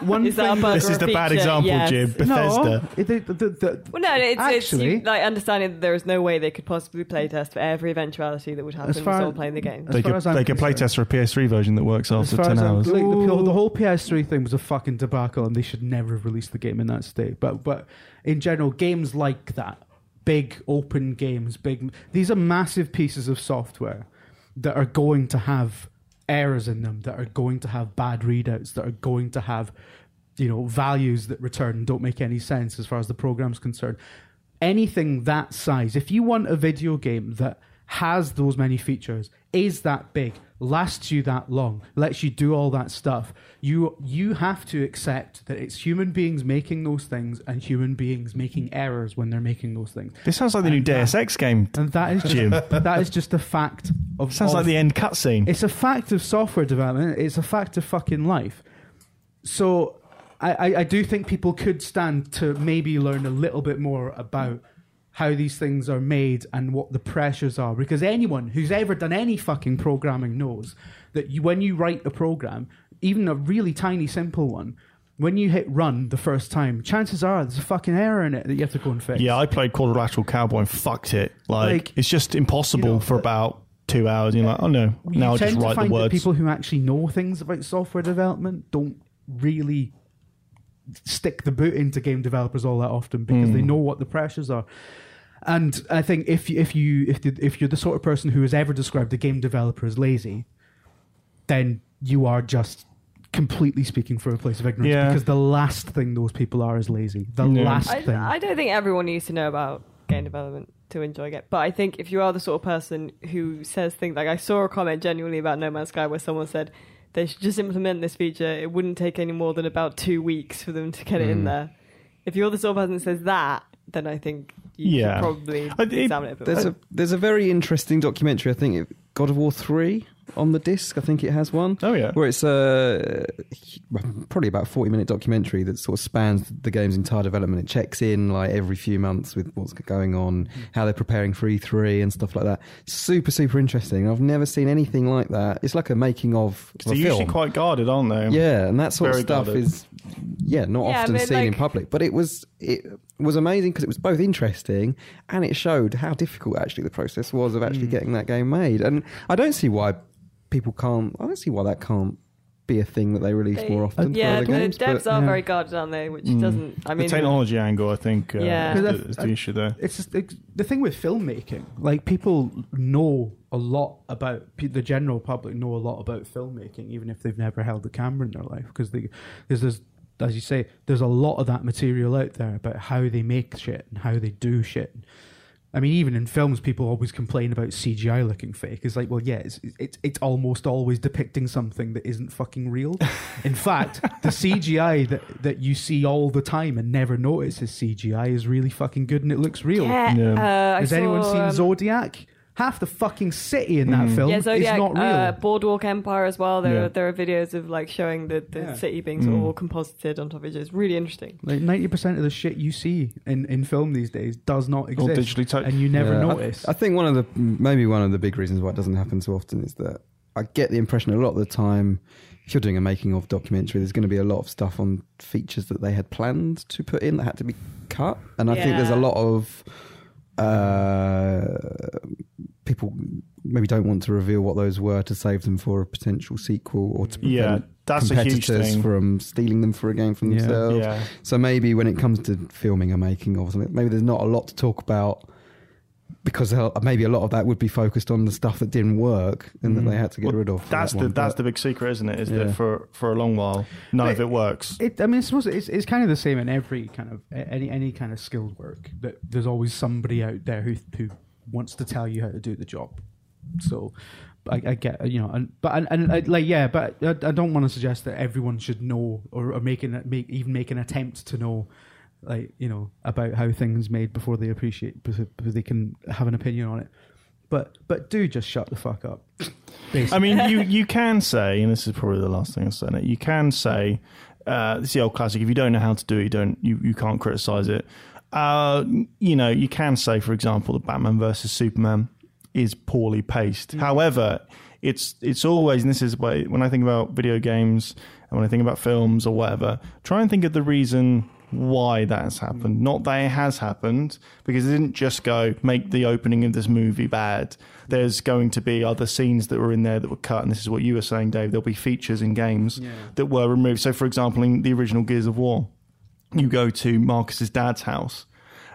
one
Is that a
thing-
bug
this
or
is
a
the bad
feature?
example,
Yes.
Jim.
no,
Bethesda.
it- it- the- the- the-
Well, no, it's,
actually.
it's you- like understanding that there is no way they could possibly playtest for every eventuality that would happen
As far-
while playing the game.
as
They
far
could,
as I'm
they could play
concerned-
test for a PS3 version that works
as
after
far
10
as I'm-
hours.
like, the, whole- the whole PS3 thing was a fucking debacle, and they should never have released the game in that state. But but in general, games like that, big open games, big these are massive pieces of software that are going to have errors in them, that are going to have bad readouts, that are going to have you know values that return and don't make any sense as far as the program's concerned. Anything that size, if you want a video game that has those many features, is that big, lasts you that long, lets you do all that stuff. You you have to accept that it's human beings making those things and human beings making errors when they're making those things.
This sounds like the new Deus Ex game.
And that is
Jim.
just, that is just a fact of
Sounds
of-
like the end cutscene.
It's a fact of software development. It's a fact of fucking life. So I, I, I do think people could stand to maybe learn a little bit more about how these things are made and what the pressures are. Because anyone who's ever done any fucking programming knows that you, when you write a program, even a really tiny, simple one, when you hit run the first time, chances are there's a fucking error in it that you have to go and fix.
Yeah, I played Quadrilateral Cowboy and fucked it. Like,
Like,
it's just impossible
you know,
for about two hours. You're like, oh no,
you
now I
tend
just
to
write
find
the words.
that people who actually know things about software development don't really stick the boot into game developers all that often because
Hmm.
they know what the pressures are. And I think if you- if you if the, if you're the sort of person who has ever described a game developer as lazy, then you are just completely speaking from a place of ignorance
Yeah.
because the last thing those people are is lazy. The
Yeah.
last
I,
thing.
I don't think everyone needs to know about game development to enjoy it. But I think if you are the sort of person who says things like I saw a comment genuinely about No Man's Sky where someone said they should just implement this feature. It wouldn't take any more than about two weeks for them to get it in there. If you're the sort of person that says that, then I think you
Yeah.
should probably
I- it-
examine it. A bit
There's
more.
a there's a very interesting documentary. I think it- God of War three on the disc. I think it has one.
Oh, yeah.
where it's a probably about a forty minute documentary that sort of spans the game's entire development. It checks in like every few months with what's going on, how they're preparing for E three and stuff like that. Super super interesting. I've never seen anything like that. It's like a making of. of
They're
a
usually
film.
quite guarded, aren't they?
Yeah, and that sort
Very
of stuff
guarded.
is yeah not
Yeah, I
often
mean,
seen in
like-
public. But it was it was amazing because it was both interesting and it showed how difficult actually the process was of
Hmm.
actually getting that game made. And I don't see why people can't. I don't see why that can't be a thing that they release
They-
more often.
yeah,
for other
the
games,
devs
but-
are
Yeah.
very guarded, aren't they? Which doesn't. I mean,
the technology angle, I think, uh, is,
Yeah.
'Cause
the,
I-
is the
I-
issue there.
it's just it's the thing with filmmaking. Like people know a lot about pe- the general public know a lot about filmmaking, even if they've never held a camera in their life, because they there's there's as you say, there's a lot of that material out there about how they make shit and how they do shit. I mean, even in films, people always complain about CGI looking fake. It's like, well, yeah, it's it's, it's almost always depicting something that isn't fucking real. In fact, the CGI that, that you see all the time and never notice is CGI is really fucking good and it looks real.
yeah,
Yeah.
uh, I
Has anyone
saw,
seen
um,
Zodiac? half the fucking city in that film
Yeah,
is
Zodiac,
not real.
Uh, Boardwalk Empire as well. There,
Yeah.
are, there are videos of like showing the, the
Yeah.
city being sort of all composited on top of each other. It's really interesting.
like ninety percent of the shit you see in, in film these days does not
All
exist,
digitally typed.
and you never
Yeah, I-
notice.
I, think one of the maybe one of the big reasons why it doesn't happen so often is that I get the impression a lot of the time, if you're doing a making of documentary, there's going to be a lot of stuff on features that they had planned to put in that had to be cut, and I think there's a
Yeah.
lot of uh, people maybe don't want to reveal what those were to save them for a potential sequel or to prevent
Yeah, that's a huge
competitors
thing.
from stealing them for a game from
Yeah.
themselves.
yeah.
So maybe when it comes to filming a making of something, maybe there's not a lot to talk about because hell, maybe a lot of that would be focused on the stuff that didn't work and that they had to get
Mm. Well,
rid of. for
That's
that
the
one.
that's
But-
the big secret, isn't it? Is
Yeah.
that for for a long while, none of it works.
It, I mean, I suppose it's, it's kind of the same in every kind of any any kind of skilled work. That there's always somebody out there who who wants to tell you how to do the job. So I, I get you know, and but and, and I, like yeah, but I, I don't want to suggest that everyone should know or, or make an make even make an attempt to know. Like you know about how things made before they appreciate before before they can have an opinion on it, but but do just shut the fuck up.
I mean, you you can say, and this is probably the last thing I say. on it, You can say, uh, "This is the old classic. If you don't know how to do it, you don't you, you can't criticize it." Uh, you know, you can say, for example, that Batman versus Superman is poorly paced. However, it's it's always, and this is why when I think about video games and when I think about films or whatever, try and think of the reason why that's happened, not that it has happened, because it didn't just go make the opening of this movie bad. There's going to be other scenes that were in there that were cut, and this is what you were saying, Dave. There'll be features in games that were removed. So, for example, in the original Gears of War, you go to Marcus's dad's house,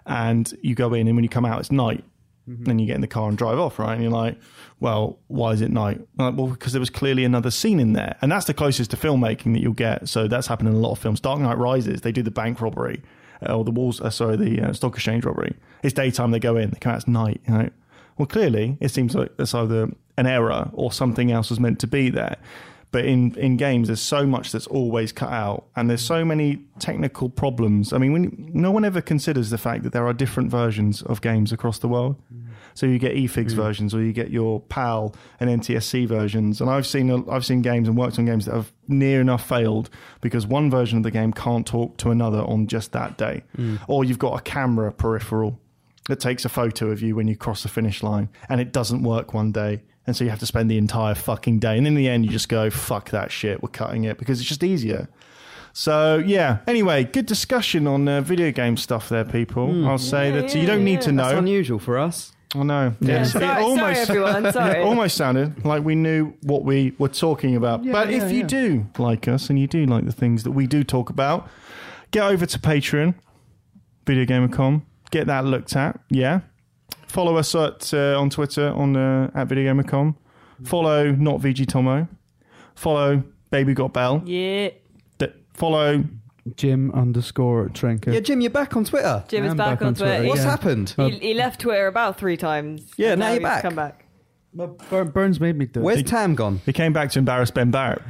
and you go in, and when you come out, it's night. Then you get in the car and drive off, right? And you're like, well, why is it night? I'm Like, well, because there was clearly another scene in there. And that's the closest to filmmaking that you'll get. So that's happened in a lot of films. Dark Knight Rises, they do the bank robbery uh, or the walls, uh, sorry, the uh, stock exchange robbery. It's daytime, they go in, they come out, it's night, you know? Well, clearly, it seems like that's either an error or something else was meant to be there. But in, in games, there's so much that's always cut out, and there's so many technical problems. I mean, when, no one ever considers the fact that there are different versions of games across the world. So you get E eFigs versions, or you get your PAL and NTSC versions. And I've seen I've seen games and worked on games that have near enough failed because one version of the game can't talk to another on just that day, or you've got a camera peripheral that takes a photo of you when you cross the finish line and it doesn't work one day. And so you have to spend the entire fucking day. And in the end, you just go, fuck that shit. We're cutting it because it's just easier. So, yeah. Anyway, good discussion on uh, video game stuff there, people. I'll say
Yeah,
that
yeah,
you don't need
yeah.
to know.
That's unusual for us.
I know.
Yeah,
Yes,
sorry, sorry, everyone. Sorry.
it almost sounded like we knew what we were talking about.
Yeah,
but
yeah,
if you
yeah.
do like us and you do like the things that we do talk about, get over to Patreon, Video Gamer.com, get that looked at. Yeah. Follow us at uh, on Twitter on uh, at Video Gamer.com. Follow not VG Tomo. Follow Baby Got Bell.
Yeah.
D- follow
Jim underscore Trinket.
Yeah, Jim, you're back on Twitter.
Jim is
I'm
back, on Twitter.
What's
yeah.
happened?
He, he left Twitter about three times.
Yeah,
and
now you're
he's
back.
Come back.
Well, Bur- Burns made me do it.
Where's Tam gone?
he came back to embarrass Ben Barrett.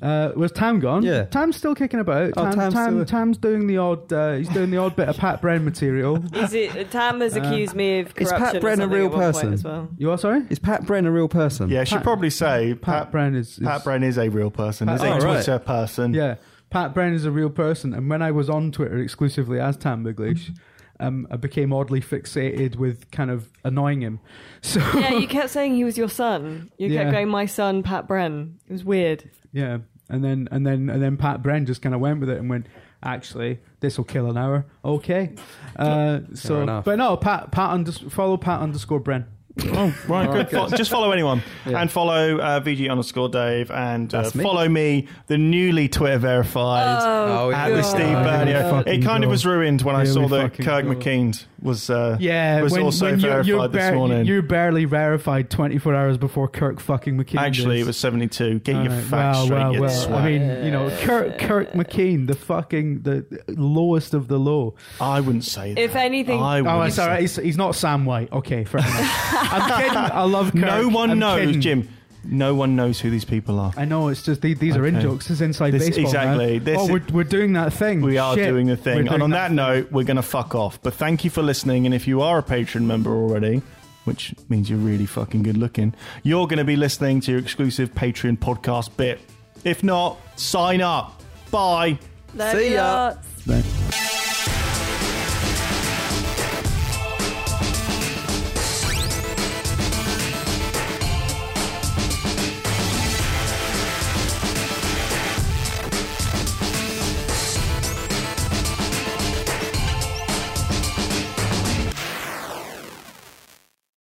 Uh, was Tam gone?
Yeah.
Tam's still kicking about.
Oh,
Tam,
Tam's
Tam,
still-
Tam's doing the odd. Uh, he's doing the odd bit of Pat Bren material.
Is it, uh, Tam has accused me of
is
corruption.
Pat
or
Brenner
something
real
at one point
person?
As well.
You are sorry.
Is Pat Bren a real person?
Yeah, I should
Pat-
probably say Pat,
Pat Bren is, is
Pat Bren is a real person. Is a
Oh, right.
Twitter person.
Yeah, Pat Bren is a real person. And when I was on Twitter exclusively as Tam Biglish, um, I became oddly fixated with kind of annoying him. So
Yeah, you kept saying he was your son. You
Yeah.
kept going, my son, Pat Bren. It was weird.
yeah, and then and then and then Pat Bren just kind of went with it and went. Actually, this will kill an hour. Okay, uh, so
enough.
but no, Pat Pat unders- follow Pat underscore Bren.
Oh, right, good. Fo- Just follow anyone and follow uh, VG underscore Dave and uh,
That's me.
follow me, the newly Twitter verified.
Oh,
at
yeah.
the Steve
Here we
Bernio. It
fucking
kind of
go.
was ruined when I
Here
saw
we
that
fucking
Kirk
go.
McKean was uh,
Yeah,
was
when,
also
when
verified
you, you're
this
bar-
morning.
You barely verified 24 hours before Kirk fucking McKean.
Actually,
is.
it was seventy two. Get your
All right.
facts
well,
straight,
well,
you
well.
swat.
I mean, you know, Kirk Kirk McKean, the fucking the lowest of the low.
I wouldn't say that.
If anything-
I
Oh,
wouldn't
it's all
say-
right. He's, he's not Sam White. Okay, fair enough. I'm kidding. I love Kirk.
No one
I'm
knows,
kidding.
Jim. No one knows who these people are.
I know it's just the- these are in
Okay.
jokes. It's inside
This-
baseball. man.
exactly. This
oh,
is-
we're, we're doing that thing.
We are
Shit.
doing the
We're
thing.
doing
And on that note, we're going to fuck off. But thank you for listening. And if you are a patron member already, which means you're really fucking good looking, you're going to be listening to your exclusive Patreon podcast bit. If not, sign up. Bye.
Love
See
you
ya.
lots.
Bye.